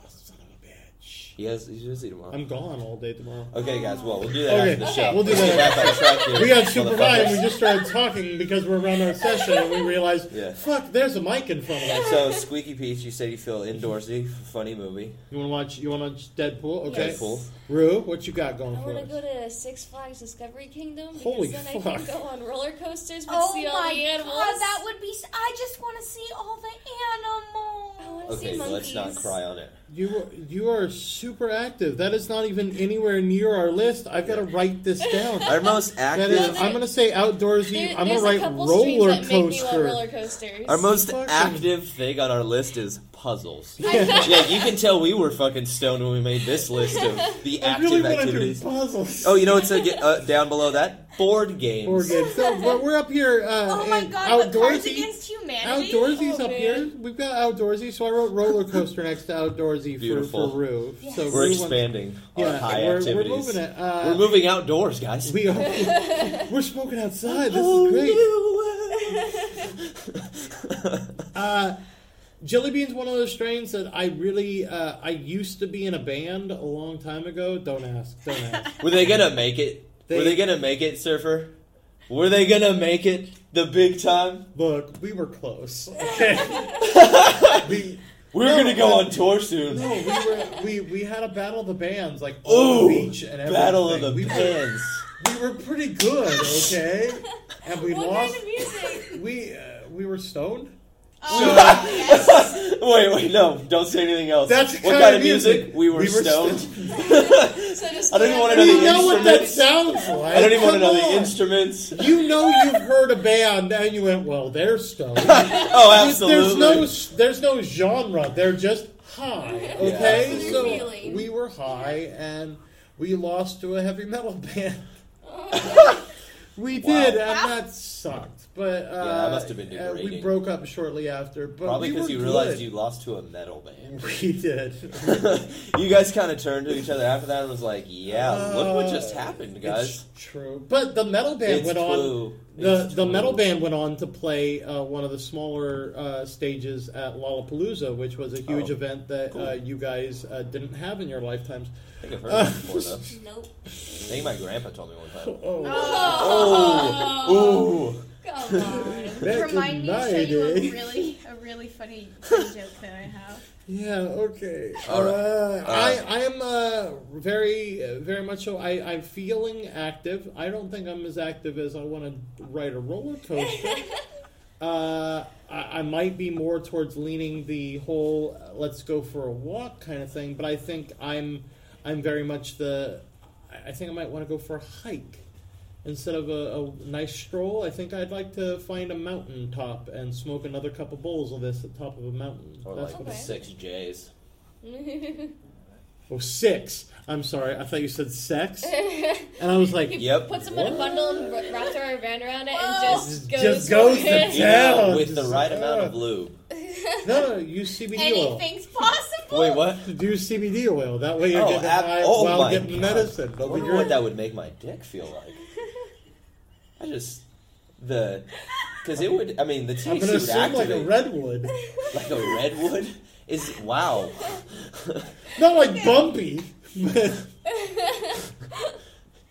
Speaker 3: son of a bitch.
Speaker 4: He has. He's busy tomorrow.
Speaker 3: I'm gone all day tomorrow.
Speaker 4: Okay, guys. Well, we'll do that
Speaker 3: Okay,
Speaker 4: after the
Speaker 5: okay.
Speaker 4: show.
Speaker 5: We'll
Speaker 3: do
Speaker 4: Let's
Speaker 3: that
Speaker 4: get back on track here,
Speaker 3: We got
Speaker 4: motherfuckers.
Speaker 3: supervised. We just started talking because we're around our session, and we realized,
Speaker 4: Yeah.
Speaker 3: fuck, there's a mic in front of
Speaker 4: And
Speaker 3: us.
Speaker 4: so, Squeaky Peach, you said you feel indoorsy. Funny movie.
Speaker 3: You want to watch? You want to watch Deadpool? Okay.
Speaker 5: Yes.
Speaker 4: Deadpool.
Speaker 3: Rue, what you got
Speaker 5: I
Speaker 3: going for
Speaker 5: want to
Speaker 3: us?
Speaker 5: go to Six Flags Discovery Kingdom because
Speaker 3: Holy
Speaker 5: then I
Speaker 3: fuck.
Speaker 5: can go on roller coasters but
Speaker 6: Oh
Speaker 5: see all
Speaker 6: my
Speaker 5: the animals.
Speaker 6: god, that would be. s- I just want to see all the
Speaker 5: I want
Speaker 6: animals.
Speaker 5: to
Speaker 4: Okay,
Speaker 5: see
Speaker 4: well, let's
Speaker 5: monkeys.
Speaker 4: not cry on it.
Speaker 3: You are, you are super active. That is not even anywhere near our list. I've got to write this down.
Speaker 4: Our most
Speaker 3: That
Speaker 4: active,
Speaker 3: is, I'm gonna say outdoorsy.
Speaker 5: There-
Speaker 3: I'm gonna
Speaker 5: there's
Speaker 3: write
Speaker 5: a couple streams
Speaker 3: roller
Speaker 5: that make me love
Speaker 3: coaster.
Speaker 5: roller coasters.
Speaker 4: our most
Speaker 3: Fucking-
Speaker 4: active thing on our list is puzzles.
Speaker 5: I-
Speaker 4: yeah, you can tell we were fucking stoned when we made this list of the
Speaker 3: I
Speaker 4: active
Speaker 3: really want to do
Speaker 4: activities.
Speaker 3: puzzles.
Speaker 4: Oh, you know what's uh, get- uh, down below that? Board games.
Speaker 3: Board games. No, we're, we're up here. Uh,
Speaker 6: Oh my
Speaker 3: and
Speaker 6: god, the Cards
Speaker 3: outdoorsy.
Speaker 6: Against Humanity.
Speaker 3: Outdoorsy's
Speaker 5: Oh,
Speaker 3: up
Speaker 5: man.
Speaker 3: here. We've got outdoorsy, so I wrote roller coaster next to outdoorsy for,
Speaker 4: Beautiful.
Speaker 3: for Rue.
Speaker 6: Yes.
Speaker 3: So Rue
Speaker 4: We're
Speaker 3: wants-
Speaker 4: expanding
Speaker 3: Yeah,
Speaker 4: our high
Speaker 3: we're,
Speaker 4: activities.
Speaker 3: we're moving it. Uh,
Speaker 4: We're moving outdoors, guys.
Speaker 3: We are. we're smoking outside. This
Speaker 5: Oh,
Speaker 3: is great. Uh, Jelly Bean's one of those strains that I really. Uh, I used to be in a band a long time ago. Don't ask. Don't ask.
Speaker 4: Were they gonna make it? Were
Speaker 3: They-
Speaker 4: they gonna make it, Surfer? Were they gonna make it the big time?
Speaker 3: Look, we were close. Okay. we,
Speaker 4: We're
Speaker 3: No,
Speaker 4: gonna go
Speaker 3: uh,
Speaker 4: on tour soon.
Speaker 3: no, we were. We, we had a battle of the bands, like on
Speaker 4: Ooh,
Speaker 3: the beach and everything.
Speaker 4: Battle of the
Speaker 3: we Were,
Speaker 4: Bands.
Speaker 3: we were pretty good, okay. And we
Speaker 5: what
Speaker 3: lost.
Speaker 5: kind of music?
Speaker 3: We uh, we were stoned.
Speaker 6: Oh, yes.
Speaker 4: wait, wait, no! Don't say anything else.
Speaker 3: That's the
Speaker 4: what
Speaker 3: kind
Speaker 4: kind,
Speaker 3: of
Speaker 4: of music?
Speaker 3: music
Speaker 4: We were,
Speaker 3: we were
Speaker 4: stoned.
Speaker 5: So just
Speaker 4: I don't even
Speaker 5: go
Speaker 4: wanna know
Speaker 5: out there.
Speaker 3: You
Speaker 4: the
Speaker 3: know what that
Speaker 4: instruments.
Speaker 3: sounds like.
Speaker 4: I don't even want to
Speaker 3: Come
Speaker 4: know the
Speaker 3: on.
Speaker 4: instruments.
Speaker 3: You know you've heard a band and you went, well, they're stoned.
Speaker 4: oh, absolutely.
Speaker 3: There's no there's no genre. They're just high. Okay,
Speaker 4: absolutely.
Speaker 3: so
Speaker 5: Feeling.
Speaker 3: we were high and we lost to a heavy metal band. we
Speaker 4: Wow.
Speaker 3: did, and that sucked. But uh,
Speaker 4: Yeah, that must have been
Speaker 3: uh, we
Speaker 4: degrading.
Speaker 3: broke up shortly after. But
Speaker 4: Probably
Speaker 3: because
Speaker 4: because you realized you lost to a metal band.
Speaker 3: We did.
Speaker 4: you guys kind of turned to each other after that and was like, "Yeah, look what just
Speaker 3: Uh,
Speaker 4: happened, guys."
Speaker 3: It's true. But the metal band
Speaker 4: It's
Speaker 3: went on.
Speaker 4: true.
Speaker 3: The,
Speaker 4: It's
Speaker 3: the
Speaker 4: true.
Speaker 3: metal band went on to play uh, one of the smaller uh, stages at Lollapalooza, which was a huge
Speaker 4: Oh,
Speaker 3: event that
Speaker 4: cool.
Speaker 3: uh, you guys uh, didn't have in your lifetimes.
Speaker 4: I think I've heard of it before though.
Speaker 5: Nope.
Speaker 4: I think my grandpa told me one time.
Speaker 6: Uh,
Speaker 3: Oh,
Speaker 5: Oh,
Speaker 4: Ooh,
Speaker 5: come on.
Speaker 3: back
Speaker 6: Remind me to show
Speaker 3: night,
Speaker 6: you a
Speaker 3: eh?
Speaker 6: really, a really funny joke that I have.
Speaker 3: Yeah. Okay.
Speaker 4: All right.
Speaker 3: Uh,
Speaker 4: All
Speaker 3: I
Speaker 4: right.
Speaker 3: I am uh, very uh, very much so. I I'm feeling active. I don't think I'm as active as I want to ride a roller coaster. uh, I, I might be more towards leaning the whole uh, let's go for a walk kind of thing. But I think I'm I'm very much the I I think I might want to go for a hike. Instead of a, a nice stroll, I think I'd like to find a mountain top and smoke another couple bowls of this at the top of a mountain.
Speaker 4: or
Speaker 3: That's
Speaker 4: like
Speaker 3: what
Speaker 4: the
Speaker 5: Okay.
Speaker 4: six J's.
Speaker 3: Oh, six. I'm sorry. I thought you said sex. And I was like,
Speaker 4: Yep.
Speaker 5: Puts them in a bundle and wra- wraps our band around it and
Speaker 6: Whoa.
Speaker 5: just goes.
Speaker 3: Just goes
Speaker 5: for
Speaker 3: to
Speaker 5: it.
Speaker 4: You
Speaker 3: down.
Speaker 4: know, with the right amount of lube.
Speaker 3: no, no, use CBD oil.
Speaker 6: Anything's possible.
Speaker 4: Wait, what?
Speaker 3: Do CBD oil. That way you
Speaker 4: Oh,
Speaker 3: get the
Speaker 4: ab-
Speaker 3: high
Speaker 4: oh
Speaker 3: while
Speaker 4: my
Speaker 3: getting
Speaker 4: God.
Speaker 3: medicine.
Speaker 4: I
Speaker 3: That'll be
Speaker 4: wonder what
Speaker 3: great.
Speaker 4: that would make my dick feel like. I just the because it would. I mean, the
Speaker 3: I'm
Speaker 4: THC
Speaker 3: going to
Speaker 4: would
Speaker 3: assume like
Speaker 4: activate
Speaker 3: a redwood.
Speaker 4: like a redwood. Is wow.
Speaker 3: Not like bumpy. but-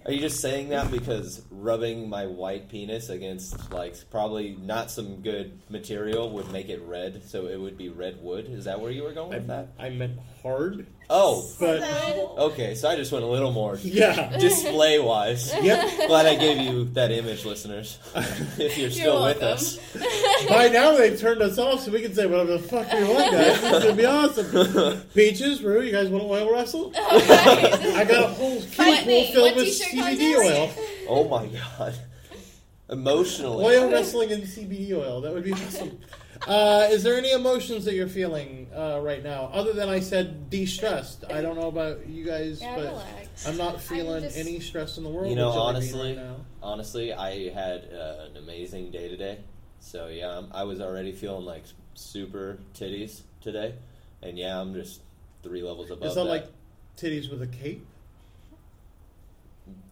Speaker 4: Are you just saying that because rubbing my white penis against like probably not some good material would make it red, so it would be redwood? Is that where you were going with
Speaker 3: I,
Speaker 4: that?
Speaker 3: I meant hard.
Speaker 4: Oh,
Speaker 3: But,
Speaker 4: okay. So I just went a little more
Speaker 3: yeah.
Speaker 4: display wise.
Speaker 3: Yep.
Speaker 4: Glad I gave you that image, listeners. if you're still with
Speaker 5: welcome.
Speaker 4: us.
Speaker 3: By now they've turned us off, so we can say whatever the fuck we want, guys. This is gonna be awesome. Peaches, Rue, you guys want to oil wrestle?
Speaker 5: Okay.
Speaker 3: I got a whole
Speaker 5: Fight
Speaker 3: cake
Speaker 5: me.
Speaker 3: full filled
Speaker 5: What
Speaker 3: with
Speaker 5: t-shirt
Speaker 3: CBD
Speaker 5: contest?
Speaker 3: oil.
Speaker 4: Oh my god. Emotionally.
Speaker 3: Oil wrestling and CBD oil. That would be awesome. Uh, is there any emotions that you're feeling uh, right now, other than I said de-stressed? I don't know about you guys,
Speaker 5: Yeah,
Speaker 3: but
Speaker 5: relax.
Speaker 3: I'm not feeling
Speaker 5: just-
Speaker 3: any stress in the world.
Speaker 4: You know,
Speaker 3: which I mean
Speaker 4: honestly,
Speaker 3: right now.
Speaker 4: honestly, I had uh, an amazing day today. So yeah, I'm, I was already feeling like super titties today, and yeah, I'm just three levels above.
Speaker 3: is that like titties with a cape?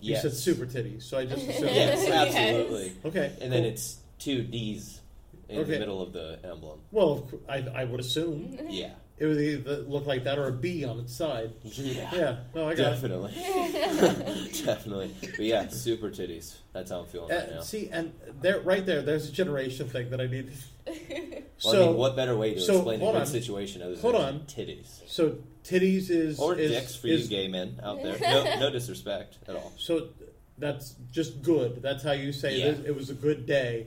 Speaker 4: yes,
Speaker 3: You said super titties, so I just assumed.
Speaker 4: yes,
Speaker 5: Yes.
Speaker 4: absolutely.
Speaker 3: Okay,
Speaker 4: And then
Speaker 3: cool.
Speaker 4: it's two D's in
Speaker 3: Okay.
Speaker 4: the middle of the emblem.
Speaker 3: well, of cou- I, I would assume
Speaker 4: Yeah,
Speaker 3: It was either looked like that or a B on its side.
Speaker 4: Yeah.
Speaker 3: Yeah, no, I got it.
Speaker 4: Definitely. Definitely. But yeah, super titties. That's how I'm feeling right now.
Speaker 3: Uh, see, and there, right there, there's a generation thing that I need.
Speaker 4: Well, I mean, what better way to
Speaker 3: so,
Speaker 4: explain a
Speaker 3: hold
Speaker 4: good
Speaker 3: on.
Speaker 4: situation other
Speaker 3: Hold
Speaker 4: than
Speaker 3: on.
Speaker 4: titties?
Speaker 3: so titties is
Speaker 4: Or
Speaker 3: is,
Speaker 4: dicks for
Speaker 3: is,
Speaker 4: you gay men out there. No, no disrespect at all.
Speaker 3: So that's just good. That's how you say
Speaker 4: Yeah.
Speaker 3: this, it was a good day.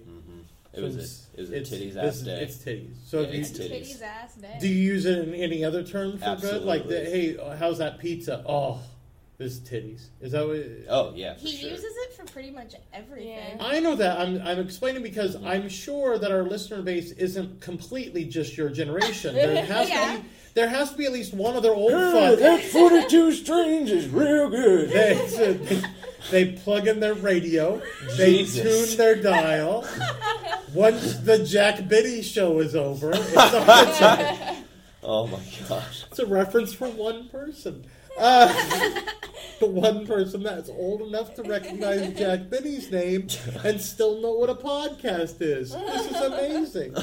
Speaker 4: It
Speaker 3: So
Speaker 4: was
Speaker 3: it's-
Speaker 4: a, it was a
Speaker 3: Mm-hmm. it's-
Speaker 4: titties
Speaker 3: this
Speaker 4: ass
Speaker 3: is-
Speaker 4: day.
Speaker 3: It's titties. So
Speaker 4: Yeah,
Speaker 3: if you,
Speaker 4: it's titties.
Speaker 6: Titties ass day.
Speaker 3: do you use it in any other term for good? Like, the,
Speaker 4: Absolutely.
Speaker 3: hey, uh, how's that pizza? Oh, this is titties. Is that what? It,
Speaker 4: oh yeah, for
Speaker 6: he
Speaker 4: sure.
Speaker 6: uses it for pretty much everything. Uh,
Speaker 5: Yeah.
Speaker 3: I know that. I'm I'm explaining because I'm sure that our listener base isn't completely just your generation. There has
Speaker 6: Yeah.
Speaker 3: to be there has to be at least one other old fuck.
Speaker 4: 42 strings is real good.
Speaker 3: They, they plug in their radio. They
Speaker 4: Jesus.
Speaker 3: tune their dial. Once the Jack Biddy show is over, it's a,
Speaker 4: Oh my gosh.
Speaker 3: it's a reference for one person. Uh, the one person that's old enough to recognize Jack Biddy's name and still know what a podcast is. This is amazing.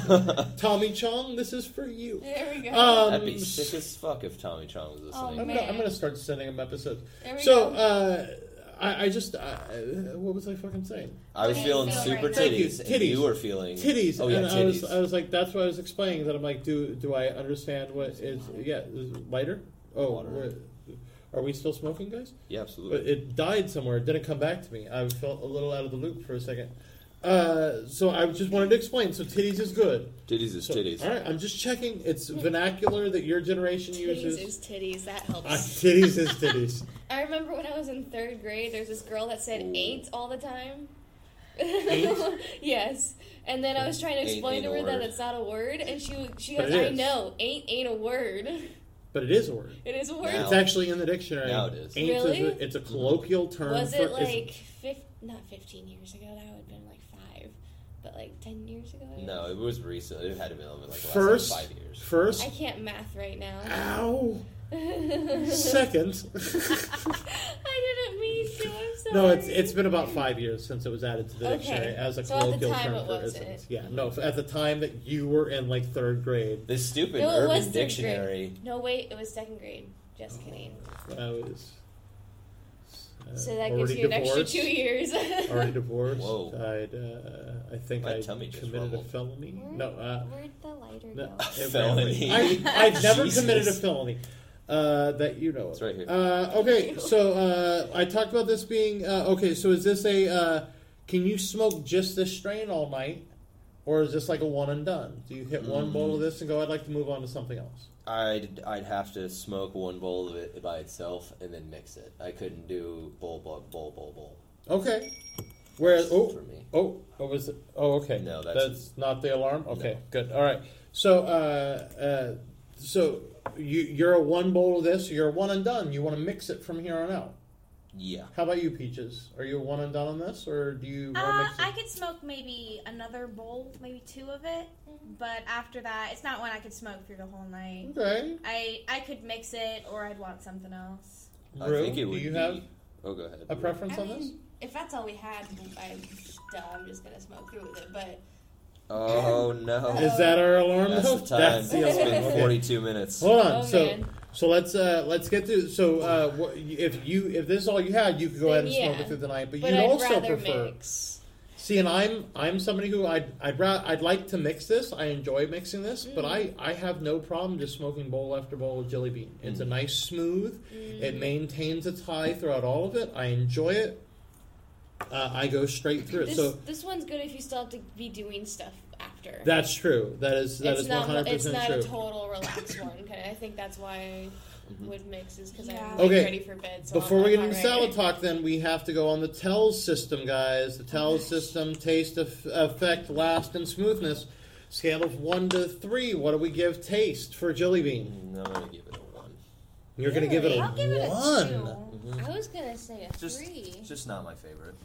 Speaker 3: Tommy Chong, this is for you.
Speaker 5: There we go.
Speaker 3: Um,
Speaker 4: That'd be sick as fuck if Tommy Chong was
Speaker 5: Oh,
Speaker 4: listening.
Speaker 3: I'm,
Speaker 5: man.
Speaker 3: gonna, I'm gonna start sending him episodes.
Speaker 5: there we
Speaker 3: So,
Speaker 5: go.
Speaker 3: uh, I, I just, uh, what was I fucking saying?
Speaker 4: I was
Speaker 5: Okay,
Speaker 4: feeling
Speaker 5: so
Speaker 4: super
Speaker 5: right now-
Speaker 3: Thank you,
Speaker 4: titties, and
Speaker 3: titties.
Speaker 4: you were feeling
Speaker 3: titties.
Speaker 4: Oh yeah,
Speaker 3: and I was,
Speaker 4: titties.
Speaker 3: I was like, that's what I was explaining. That I'm like, do do I understand what is? Yeah, is it lighter. Oh,
Speaker 4: Water.
Speaker 3: we're- are we still smoking, guys?
Speaker 4: yeah,
Speaker 3: But
Speaker 4: absolutely.
Speaker 3: it died somewhere. It didn't come back to me. I felt a little out of the loop for a second. Uh, so I just wanted to explain. So titties is good.
Speaker 4: titties is
Speaker 3: uh, So,
Speaker 4: titties.
Speaker 3: All right, I'm just checking. It's vernacular that your generation uses.
Speaker 5: titties is titties. That helps.
Speaker 3: Ah, titties is titties.
Speaker 5: I remember when I was in third grade, there's this girl that said
Speaker 4: Ooh.
Speaker 5: ain't all the time.
Speaker 3: Ain't?
Speaker 5: yes, and then I was trying to
Speaker 4: Ain't
Speaker 5: explain
Speaker 4: ain't
Speaker 5: to
Speaker 4: a
Speaker 5: her that
Speaker 4: word.
Speaker 5: it's not a word, and she she
Speaker 3: But
Speaker 5: goes,
Speaker 3: it
Speaker 5: "I
Speaker 3: is.
Speaker 5: know, ain't ain't a word.
Speaker 3: But it is a word.
Speaker 5: It is a word."
Speaker 4: Now-
Speaker 3: It's actually in the dictionary.
Speaker 4: Now it is.
Speaker 3: Ain't is a-
Speaker 5: Really?
Speaker 3: it's a colloquial term.
Speaker 5: Was
Speaker 3: Um, for,
Speaker 5: it
Speaker 3: it's-
Speaker 5: like fif- not 15 years ago? That would have been like five, but like 10 years ago. I
Speaker 4: No,
Speaker 5: guess.
Speaker 4: it was recent. It had to be like the last like,
Speaker 3: First-
Speaker 4: five years.
Speaker 3: first?
Speaker 5: I can't math right now.
Speaker 3: Ow. Second.
Speaker 5: I didn't mean to. I'm sorry.
Speaker 3: No, it's it's been about five years since it was added to the
Speaker 5: Okay.
Speaker 3: dictionary as a
Speaker 5: So at the
Speaker 3: colloquial
Speaker 5: time
Speaker 3: term
Speaker 5: it
Speaker 3: for
Speaker 5: wasn't.
Speaker 3: isms. Yeah, no, f- at the time that you were in like third grade,
Speaker 4: This stupid
Speaker 5: No, it was
Speaker 4: urban
Speaker 5: third
Speaker 4: dictionary.
Speaker 5: No, wait, it was second grade. Just kidding.
Speaker 3: when I was. Oh, uh,
Speaker 5: So that gives
Speaker 3: already
Speaker 5: you an extra
Speaker 3: divorced,
Speaker 5: two years.
Speaker 3: Already divorced.
Speaker 4: Whoa.
Speaker 3: I'd, uh, I think
Speaker 4: My
Speaker 3: I
Speaker 4: tummy just
Speaker 3: committed a
Speaker 4: rumbled.
Speaker 3: felony. No, uh,
Speaker 5: Where'd the lighter
Speaker 3: no,
Speaker 5: go?
Speaker 3: it-
Speaker 4: Felony.
Speaker 3: I, I've never
Speaker 4: Jesus.
Speaker 3: committed a felony. Uh, that you know. of.
Speaker 4: It's right here.
Speaker 3: Uh, okay, so uh, I talked about this being uh, okay. So is this a? Uh, can you smoke just this strain all night, or is this like a one and done? Do you hit one bowl of
Speaker 4: Mm.
Speaker 3: this and go? I'd like to move on to something else.
Speaker 4: I'd I'd have to smoke one bowl of it by itself and then mix it. I couldn't do bowl bowl bowl bowl bowl.
Speaker 3: Okay. Where?
Speaker 4: for
Speaker 3: Oh,
Speaker 4: me.
Speaker 3: oh, oh, was it? Oh, okay.
Speaker 4: No, that's-
Speaker 3: not the alarm. Okay, good. All right. So, uh, uh, so you you're a one bowl of this. You're a one and done. You want to mix it from here on out.
Speaker 4: Yeah.
Speaker 3: How about you, Peaches? Are you a one and done on this, or do you?
Speaker 6: Uh,
Speaker 3: want to mix it?
Speaker 6: I could smoke maybe another bowl, maybe two of it, but after that, it's not one I could smoke through the whole night.
Speaker 3: Okay.
Speaker 6: I I could mix it, or I'd want something else.
Speaker 4: I
Speaker 3: Rue,
Speaker 4: think it would
Speaker 3: do you
Speaker 4: be
Speaker 3: have
Speaker 4: Oh go ahead.
Speaker 3: a preference
Speaker 5: I
Speaker 3: on this?
Speaker 5: mean, if that's all we had, I'm, duh, I'm just gonna smoke through with it. But
Speaker 4: Oh no.
Speaker 5: Is
Speaker 3: Is that our alarm?
Speaker 4: That's the
Speaker 3: though?
Speaker 4: time.
Speaker 3: That's the
Speaker 5: It's
Speaker 4: it's
Speaker 3: alarm.
Speaker 4: been
Speaker 3: Okay.
Speaker 4: 42 minutes.
Speaker 3: Hold on.
Speaker 5: oh
Speaker 3: so
Speaker 5: man,
Speaker 3: so let's uh, let's get to so uh, wh- if you if this is all you had, you could go ahead and smoke
Speaker 5: Yeah.
Speaker 3: it through the night. But,
Speaker 5: but
Speaker 3: you'd
Speaker 5: I'd
Speaker 3: also
Speaker 5: rather
Speaker 3: prefer.
Speaker 5: mix.
Speaker 3: See, and I'm I'm somebody who I'd I'd ra- I'd like to mix this. I enjoy mixing this, but I I have no problem just smoking bowl after bowl of jelly bean. It's
Speaker 5: Mm.
Speaker 3: a nice smooth. It maintains its high throughout all of it. I enjoy it. Uh, I go straight through it.
Speaker 5: This,
Speaker 3: So
Speaker 5: this one's good if you still have to be doing stuff after.
Speaker 3: that's true. That is that
Speaker 5: it's
Speaker 3: is one
Speaker 5: not.
Speaker 3: hundred
Speaker 5: It's
Speaker 3: percent
Speaker 5: not
Speaker 3: true.
Speaker 5: a total relaxed one. 'kay? I think that's why I would mix is because
Speaker 6: Yeah.
Speaker 5: I'm like,
Speaker 3: Mm-hmm. Okay.
Speaker 5: ready for bed. So
Speaker 3: Before
Speaker 5: I'm,
Speaker 3: we
Speaker 5: like,
Speaker 3: get into
Speaker 5: all
Speaker 3: salad
Speaker 5: right.
Speaker 3: talk, then we have to go on the TELS system, guys. The TELS system: taste, eff- effect, last, and smoothness. Scale of one to three. What do we give taste for jelly bean?
Speaker 4: Mm, I'm gonna give it a one.
Speaker 3: You're gonna give it a
Speaker 6: I'll give it a
Speaker 3: one. Mm-hmm.
Speaker 6: two.
Speaker 5: I was gonna say a
Speaker 4: Just,
Speaker 5: three.
Speaker 4: it's just not my favorite.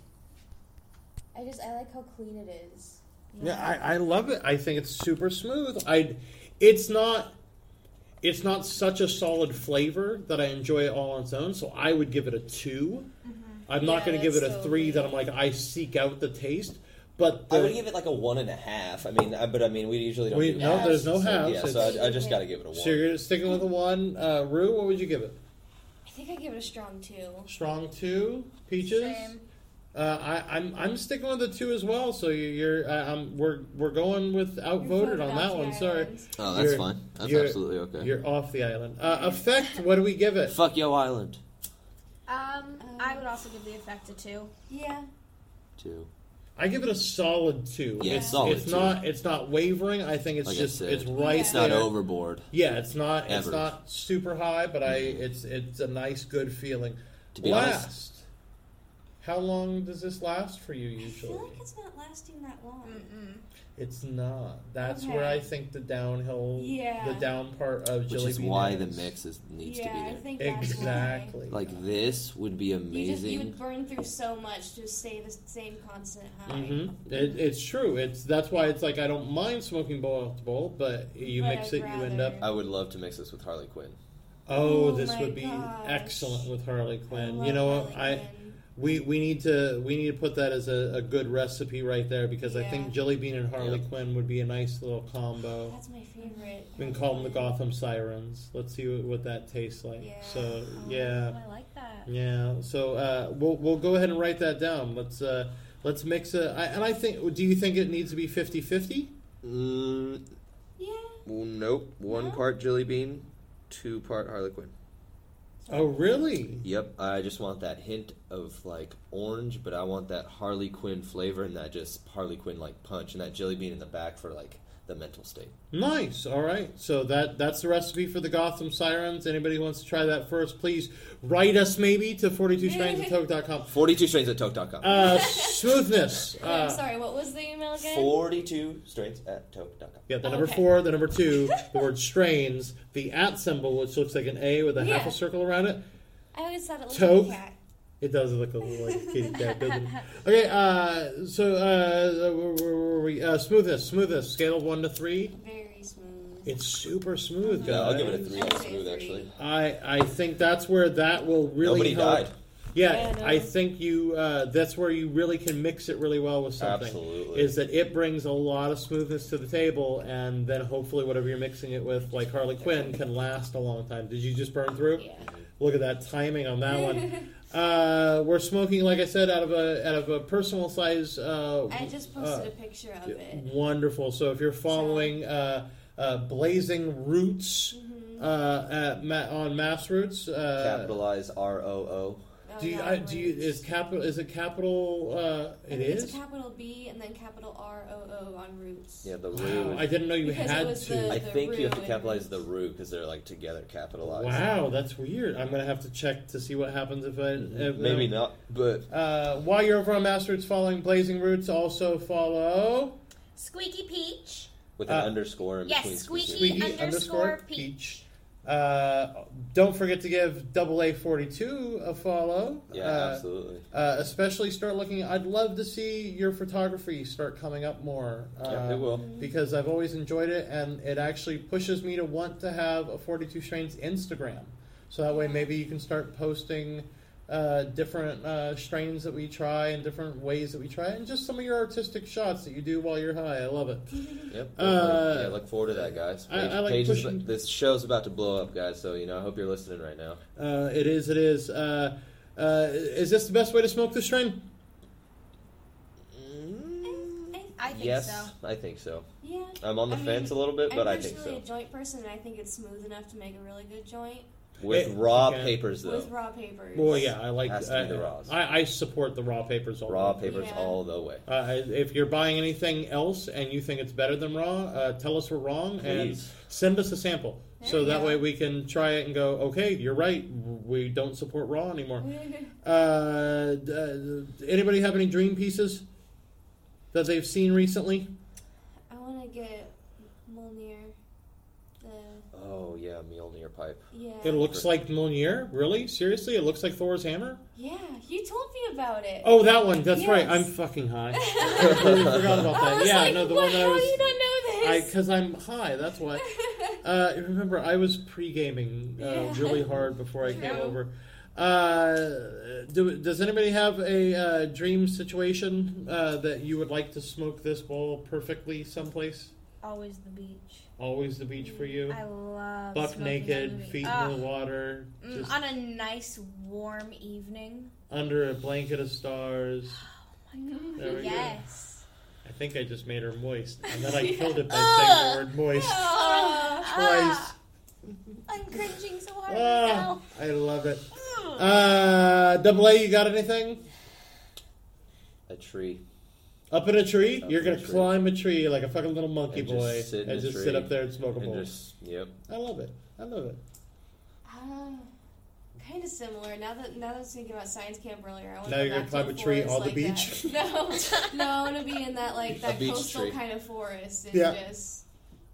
Speaker 5: I just I like how clean it is.
Speaker 3: Yeah, I, I love it. I think it's super smooth. I, it's not, it's not such a solid flavor that I enjoy it all on its own. So I would give it a 2 i I'm not
Speaker 6: Mm-hmm.
Speaker 5: Yeah,
Speaker 3: going to give it
Speaker 5: that's
Speaker 3: a
Speaker 5: so
Speaker 3: three that I'm
Speaker 5: weird.
Speaker 3: like I seek out the taste. But
Speaker 4: I
Speaker 3: the-
Speaker 4: would give it like a one and a half. I mean, I, but I mean, we usually don't.
Speaker 3: We-
Speaker 4: do
Speaker 3: no,
Speaker 4: halves,
Speaker 3: there's no
Speaker 4: so,
Speaker 3: halves,
Speaker 4: Yeah, so
Speaker 3: it's-
Speaker 4: I, I just got to give it a one.
Speaker 3: so you're sticking with the one. Uh, Rue, what would you give it?
Speaker 5: I think I give it a strong two.
Speaker 3: Strong two. Peaches.
Speaker 6: Same.
Speaker 3: Uh, I, I'm I'm sticking with the two as well. So you- you're uh, I'm, we're we're going with outvoted
Speaker 5: voted
Speaker 3: on
Speaker 5: off
Speaker 3: that
Speaker 5: the
Speaker 3: one. Sorry,
Speaker 5: island.
Speaker 4: Oh, that's
Speaker 3: You're-
Speaker 4: fine. That's
Speaker 3: you're-
Speaker 4: absolutely okay.
Speaker 3: you're off the island. Uh, effect. What do we give it?
Speaker 4: Fuck yo island.
Speaker 6: Um, I would also give the effect a two.
Speaker 5: Yeah.
Speaker 4: Two.
Speaker 3: I give it a solid two.
Speaker 4: Yeah,
Speaker 3: it's,
Speaker 4: solid
Speaker 3: It's
Speaker 4: two.
Speaker 3: not it's not wavering. I think it's
Speaker 4: Like I
Speaker 3: just
Speaker 4: said,
Speaker 3: it's right.
Speaker 4: It's not
Speaker 3: there.
Speaker 4: overboard.
Speaker 3: Yeah, it's not it's
Speaker 4: Average.
Speaker 3: not super high, but I it's it's a nice good feeling.
Speaker 4: Mm-hmm. To be
Speaker 3: last,
Speaker 4: honest,
Speaker 3: how long does this last for you
Speaker 5: I feel
Speaker 3: usually?
Speaker 5: like it's not lasting that long.
Speaker 6: Mm-mm.
Speaker 3: It's not. That's where
Speaker 5: Okay.
Speaker 3: I think the downhill,
Speaker 5: Yeah.
Speaker 3: the down part of
Speaker 4: which
Speaker 3: Jelly
Speaker 4: is
Speaker 3: Bean
Speaker 4: why the
Speaker 3: is.
Speaker 4: mix is, needs
Speaker 5: yeah,
Speaker 4: to
Speaker 5: I
Speaker 4: be
Speaker 5: think
Speaker 3: exactly.
Speaker 5: that's
Speaker 3: Exactly.
Speaker 4: there. Like this would be
Speaker 5: Why. You just you would
Speaker 4: amazing.
Speaker 5: burn through so much to stay the same constant high.
Speaker 3: Mm-hmm. It, it's true. It's that's why it's like I don't mind smoking bowl after bowl, but you
Speaker 5: But
Speaker 3: mix
Speaker 5: I'd
Speaker 3: it, you end up.
Speaker 5: rather-
Speaker 4: I would love to mix this with Harley Quinn.
Speaker 3: Oh,
Speaker 5: Oh
Speaker 3: this
Speaker 5: my
Speaker 3: would be
Speaker 5: gosh.
Speaker 3: excellent with Harley Quinn.
Speaker 5: I
Speaker 3: You know
Speaker 5: love
Speaker 3: what?
Speaker 5: Harley
Speaker 3: I
Speaker 5: Quinn.
Speaker 3: we, we need to we need to put that as a, a good recipe right there because I
Speaker 5: Yeah.
Speaker 3: think Jelly Bean and Harley
Speaker 4: Yep.
Speaker 3: Quinn would be a nice little combo.
Speaker 5: That's my favorite.
Speaker 3: We can call them the Gotham Sirens. Let's see what, what that tastes like.
Speaker 5: Yeah.
Speaker 3: So
Speaker 6: Oh,
Speaker 3: yeah,
Speaker 6: I like that.
Speaker 3: yeah. So uh, we'll we'll go ahead and write that down. Let's uh, let's mix it. I, and I think. Do you think it needs to be 50-50?
Speaker 4: Mm,
Speaker 5: Yeah.
Speaker 4: nope. One
Speaker 5: No?
Speaker 4: part Jelly Bean, two part Harley Quinn.
Speaker 3: Oh really?
Speaker 4: Yep, I just want that hint of like orange, but I want that Harley Quinn flavor and that just Harley Quinn like punch and that jelly bean in the back for like the mental state.
Speaker 3: Nice. All right. So that that's the recipe for the Gotham Sirens. Anybody who wants to try that first, please write us maybe to 42strangeandtoke.com.
Speaker 4: 42 strains at toke.com.
Speaker 3: Uh, smoothness.
Speaker 5: I'm
Speaker 3: Uh,
Speaker 5: sorry. What was the email again?
Speaker 4: 42 strains at toke.com.
Speaker 3: yeah, the number
Speaker 5: Okay.
Speaker 3: four, the number two, the word strains, the at symbol, which looks like an A with a half
Speaker 5: Yeah.
Speaker 3: a circle around it.
Speaker 5: I always thought it was
Speaker 3: Toke.
Speaker 5: a cat.
Speaker 3: It does look a little like kitty cat, doesn't it? Okay, uh, so uh, where, where were we? Uh, smoothness, smoothness, scale of one to three.
Speaker 5: Very smooth.
Speaker 3: It's super smooth, guys.
Speaker 4: Yeah, I'll give it a 3
Speaker 5: I'd
Speaker 4: on
Speaker 5: say
Speaker 4: smooth
Speaker 5: three.
Speaker 4: actually.
Speaker 3: I, I think that's where that will really
Speaker 4: Nobody
Speaker 3: help.
Speaker 4: died.
Speaker 3: Yeah,
Speaker 5: Yeah, I
Speaker 3: I
Speaker 5: know.
Speaker 3: think you. Uh, that's where you really can mix it really well with something.
Speaker 4: Absolutely.
Speaker 3: Is that it brings a lot of smoothness to the table, and then hopefully whatever you're mixing it with, like Harley Quinn, can last a long time. Did you just burn through?
Speaker 5: Yeah.
Speaker 3: Look at that timing on that one. Uh, we're smoking, like I said, out of a out of a personal size. Uh,
Speaker 5: I just posted a picture of it.
Speaker 3: Wonderful. So if you're following uh, uh, Blazing Roots
Speaker 5: Mm-hmm.
Speaker 3: uh, at ma- on Mass Roots, uh,
Speaker 4: Capitalize R O O.
Speaker 5: Oh,
Speaker 3: do you,
Speaker 5: that
Speaker 3: I, do you
Speaker 5: works.
Speaker 3: is capital is it capital uh
Speaker 5: I
Speaker 3: it
Speaker 5: think
Speaker 3: is
Speaker 5: It's a capital B and then capital R O O on roots.
Speaker 4: Yeah, the
Speaker 3: wow,
Speaker 4: roux.
Speaker 3: I didn't know you
Speaker 5: Because it
Speaker 3: had
Speaker 5: was
Speaker 3: to
Speaker 5: the-
Speaker 4: I think you have to
Speaker 5: roux and-
Speaker 4: capitalize the roux because they're like together capitalized.
Speaker 3: wow Uh, that's weird I'm gonna have to check to see what happens if I if,
Speaker 4: Maybe not, but
Speaker 3: uh while you're over on Master Roots following Blazing Roots also follow
Speaker 6: Squeaky Peach.
Speaker 4: with an
Speaker 3: Uh,
Speaker 4: underscore in
Speaker 6: yes,
Speaker 4: between.
Speaker 6: squeaky.
Speaker 3: Squeaky
Speaker 6: underscore
Speaker 3: underscore
Speaker 6: Peach.
Speaker 3: Peach uh don't forget to give Double A forty two a follow
Speaker 4: Yeah,
Speaker 3: uh,
Speaker 4: absolutely.
Speaker 3: uh, especially start looking. I'd love to see your photography start coming up more. Uh,
Speaker 4: Yeah, it will.
Speaker 3: because I've always enjoyed it, and it actually pushes me to want to have a 42 Strains Instagram. So that way, maybe you can start posting uh, different uh, strains that we try and different ways that we try, and just some of your artistic shots that you do while you're high. I love it.
Speaker 4: Yep.
Speaker 3: Uh,
Speaker 4: yeah, look forward to that, guys.
Speaker 3: I- I like
Speaker 4: is-
Speaker 3: pushing-
Speaker 4: this show's about to blow up, guys. So you know, I hope you're listening right now.
Speaker 3: Uh, it is. It is. Uh, uh, is this the best way to smoke this strain?
Speaker 5: I,
Speaker 6: Mm, I think
Speaker 4: yes,
Speaker 6: so.
Speaker 4: I think so.
Speaker 5: yeah.
Speaker 4: I'm on the
Speaker 5: I mean,
Speaker 4: fence a little bit, but I
Speaker 5: I'm
Speaker 4: think
Speaker 5: personally
Speaker 4: so.
Speaker 5: a joint person, and I think it's smooth enough to make a really good joint
Speaker 4: With
Speaker 3: It-
Speaker 4: raw
Speaker 3: okay.
Speaker 4: papers, though,
Speaker 5: with raw papers.
Speaker 3: Well, yeah, I like.
Speaker 4: Has to be
Speaker 3: I-
Speaker 4: the raws.
Speaker 3: I, I support the raw papers. All
Speaker 4: raw
Speaker 3: day.
Speaker 4: papers
Speaker 5: Yeah.
Speaker 4: all the way.
Speaker 3: Uh, if you're buying anything else and you think it's better than raw, uh, tell us we're wrong
Speaker 4: Please.
Speaker 3: and send us a sample.
Speaker 5: There
Speaker 3: so
Speaker 5: you
Speaker 3: that
Speaker 5: go.
Speaker 3: way we can try it and go, okay, you're right. We don't support raw anymore. uh, d- uh, anybody have any dream pieces that they've seen recently?
Speaker 5: I want to get Molnir. The
Speaker 4: Oh yeah, Mjolnir pipe.
Speaker 5: yeah.
Speaker 3: It looks like Mjolnir. Really? Seriously? It looks like Thor's hammer?
Speaker 5: yeah, you told me about it.
Speaker 3: Oh, that one. That's
Speaker 5: Yes.
Speaker 3: right. I'm fucking high. I completely forgot about
Speaker 5: I
Speaker 3: that.
Speaker 5: was
Speaker 3: Yeah,
Speaker 5: like,
Speaker 3: no, the
Speaker 5: what?
Speaker 3: one that I
Speaker 5: How
Speaker 3: was.
Speaker 5: do you not know
Speaker 3: I
Speaker 5: this?
Speaker 3: because I'm high. That's why. Uh, remember, I was pre gaming uh,
Speaker 5: Yeah.
Speaker 3: really hard before I
Speaker 6: True.
Speaker 3: came over. Uh, do, does anybody have a uh, dream situation uh, that you would like to smoke this bowl perfectly someplace?
Speaker 6: Always the beach.
Speaker 3: Always the beach for you.
Speaker 6: I love
Speaker 3: Buck
Speaker 6: smoking that
Speaker 3: naked,
Speaker 6: movie.
Speaker 3: feet
Speaker 6: Ugh.
Speaker 3: in the water,
Speaker 6: Ah. Mm,
Speaker 3: just
Speaker 6: on a nice warm evening.
Speaker 3: under a blanket of stars.
Speaker 6: Oh my God.
Speaker 3: There we go.
Speaker 6: yes.
Speaker 3: I think I just made her moist, and then I killed it by
Speaker 6: Ah!
Speaker 3: saying the word moist twice.
Speaker 6: Oh, I'm cringing so hard
Speaker 3: Ah, I love it.
Speaker 6: now.
Speaker 3: Uh, double A, you got anything?
Speaker 4: A tree.
Speaker 3: Up in a tree?
Speaker 4: Up
Speaker 3: You're
Speaker 4: in
Speaker 3: gonna
Speaker 4: a tree.
Speaker 3: climb a tree like a fucking little monkey
Speaker 4: And just
Speaker 3: boy
Speaker 4: sit in
Speaker 3: and
Speaker 4: a
Speaker 3: just
Speaker 4: tree
Speaker 3: sit up there and smoke a
Speaker 4: And
Speaker 3: bowl.
Speaker 4: just, yep.
Speaker 3: I love it. I love it.
Speaker 5: Um, kind of similar. Now that now that I was thinking about science camp earlier, I want
Speaker 3: Now
Speaker 5: to
Speaker 3: you're gonna climb a tree on the beach?
Speaker 5: No, no, I want to be in that like
Speaker 4: A
Speaker 5: that
Speaker 4: beach
Speaker 5: coastal
Speaker 4: tree.
Speaker 5: kind of forest and
Speaker 3: Yeah.
Speaker 5: just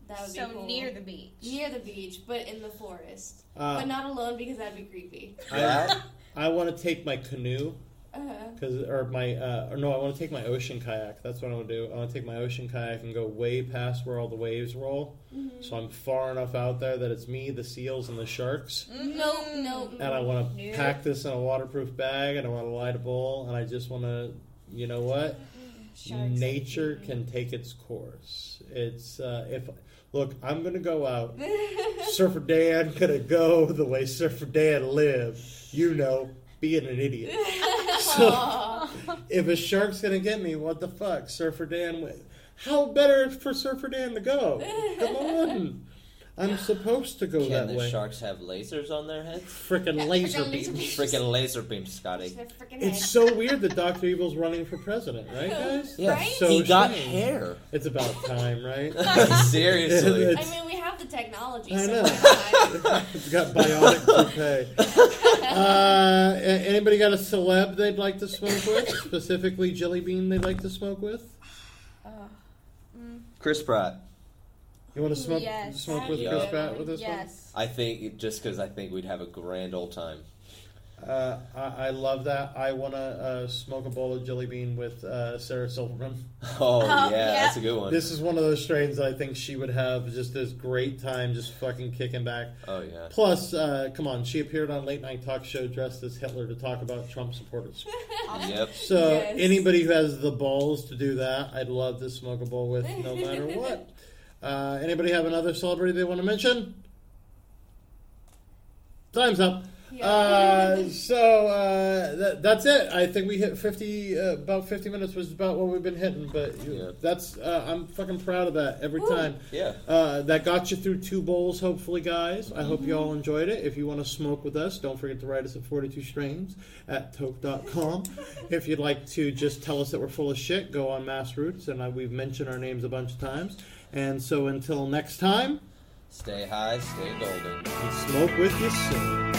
Speaker 5: that would
Speaker 6: so
Speaker 5: be cool.
Speaker 6: near the beach.
Speaker 5: near the beach, but in the forest,
Speaker 3: Uh,
Speaker 5: but not alone because that'd be creepy.
Speaker 4: That?
Speaker 3: I want to take my canoe
Speaker 5: Uh,
Speaker 3: because or my uh, or no, I want to take my ocean kayak. That's what I want to do. I want to take my ocean kayak and go way past where all the waves roll, so I'm far enough out there that it's me, the seals, and the sharks.
Speaker 6: Mm-hmm.
Speaker 5: Nope, nope.
Speaker 3: And I want to
Speaker 6: Nope.
Speaker 3: pack this in a waterproof bag, and I want to light a bowl, and I just want to, you know what?
Speaker 5: Sharks.
Speaker 3: Nature can take its course. It's uh, if look, I'm gonna go out. Surfer Dan gonna go the way Surfer Dan lived. You know, being an idiot.
Speaker 6: Ah.
Speaker 3: So if a shark's gonna get me, what the fuck, Surfer Dan? wi- How better for Surfer Dan to go? Come on, I'm supposed to go
Speaker 4: Can
Speaker 3: that
Speaker 4: the
Speaker 3: way.
Speaker 4: sharks have lasers on their heads?
Speaker 3: Freaking laser beam.
Speaker 4: Freaking laser beams, Scotty.
Speaker 5: Their freaking head.
Speaker 3: It's so weird that Doctor Evil's running for president, right, guys?
Speaker 4: Yeah,
Speaker 5: Right?
Speaker 3: so
Speaker 4: he got
Speaker 3: strange.
Speaker 4: hair.
Speaker 3: It's about time, right?
Speaker 4: Seriously.
Speaker 5: I mean, we have the technology.
Speaker 3: I
Speaker 5: so
Speaker 3: know.
Speaker 5: why not?
Speaker 3: It's got bionic toupee. Uh, a- anybody got a celeb they'd like to smoke with? Specifically, Jelly Bean they'd like to smoke with?
Speaker 4: Chris Pratt.
Speaker 3: You want to smoke
Speaker 6: Yes.
Speaker 3: smoke with
Speaker 4: Yeah.
Speaker 3: Chris Pratt with us?
Speaker 6: yes.
Speaker 4: I think just because I think we'd have a grand old time.
Speaker 3: one? Uh, I, I love that. I want to uh, smoke a bowl of Jelly Bean with uh, Sarah Silverman.
Speaker 4: Oh, yeah,
Speaker 6: yeah.
Speaker 4: that's a good one.
Speaker 3: This is one of those strains that I think she would have just this great time, just fucking kicking back.
Speaker 4: oh yeah.
Speaker 3: Plus, uh, come on, she appeared on a late night talk show dressed as Hitler to talk about Trump supporters.
Speaker 4: Yep.
Speaker 3: So
Speaker 5: Yes.
Speaker 3: anybody who has the balls to do that, I'd love to smoke a bowl with, no matter what. Uh, anybody have another celebrity they want to mention? Time's up.
Speaker 5: Yeah.
Speaker 3: Uh, so uh, that, that's it. I think we hit fifty. Uh, about fifty minutes was about what we've been hitting, but
Speaker 4: Yeah.
Speaker 3: that's uh, I'm fucking proud of that every time.
Speaker 4: Yeah.
Speaker 3: Uh, that got you through two bowls, hopefully, guys. I hope you all enjoyed it. If you want to smoke with us, don't forget to write us at 42strains at toke.com. if you'd like to just tell us that we're full of shit, go on Massroots, and I, we've mentioned our names a bunch of times. And so until next time,
Speaker 4: Stay high, stay golden.
Speaker 3: smoke with you soon.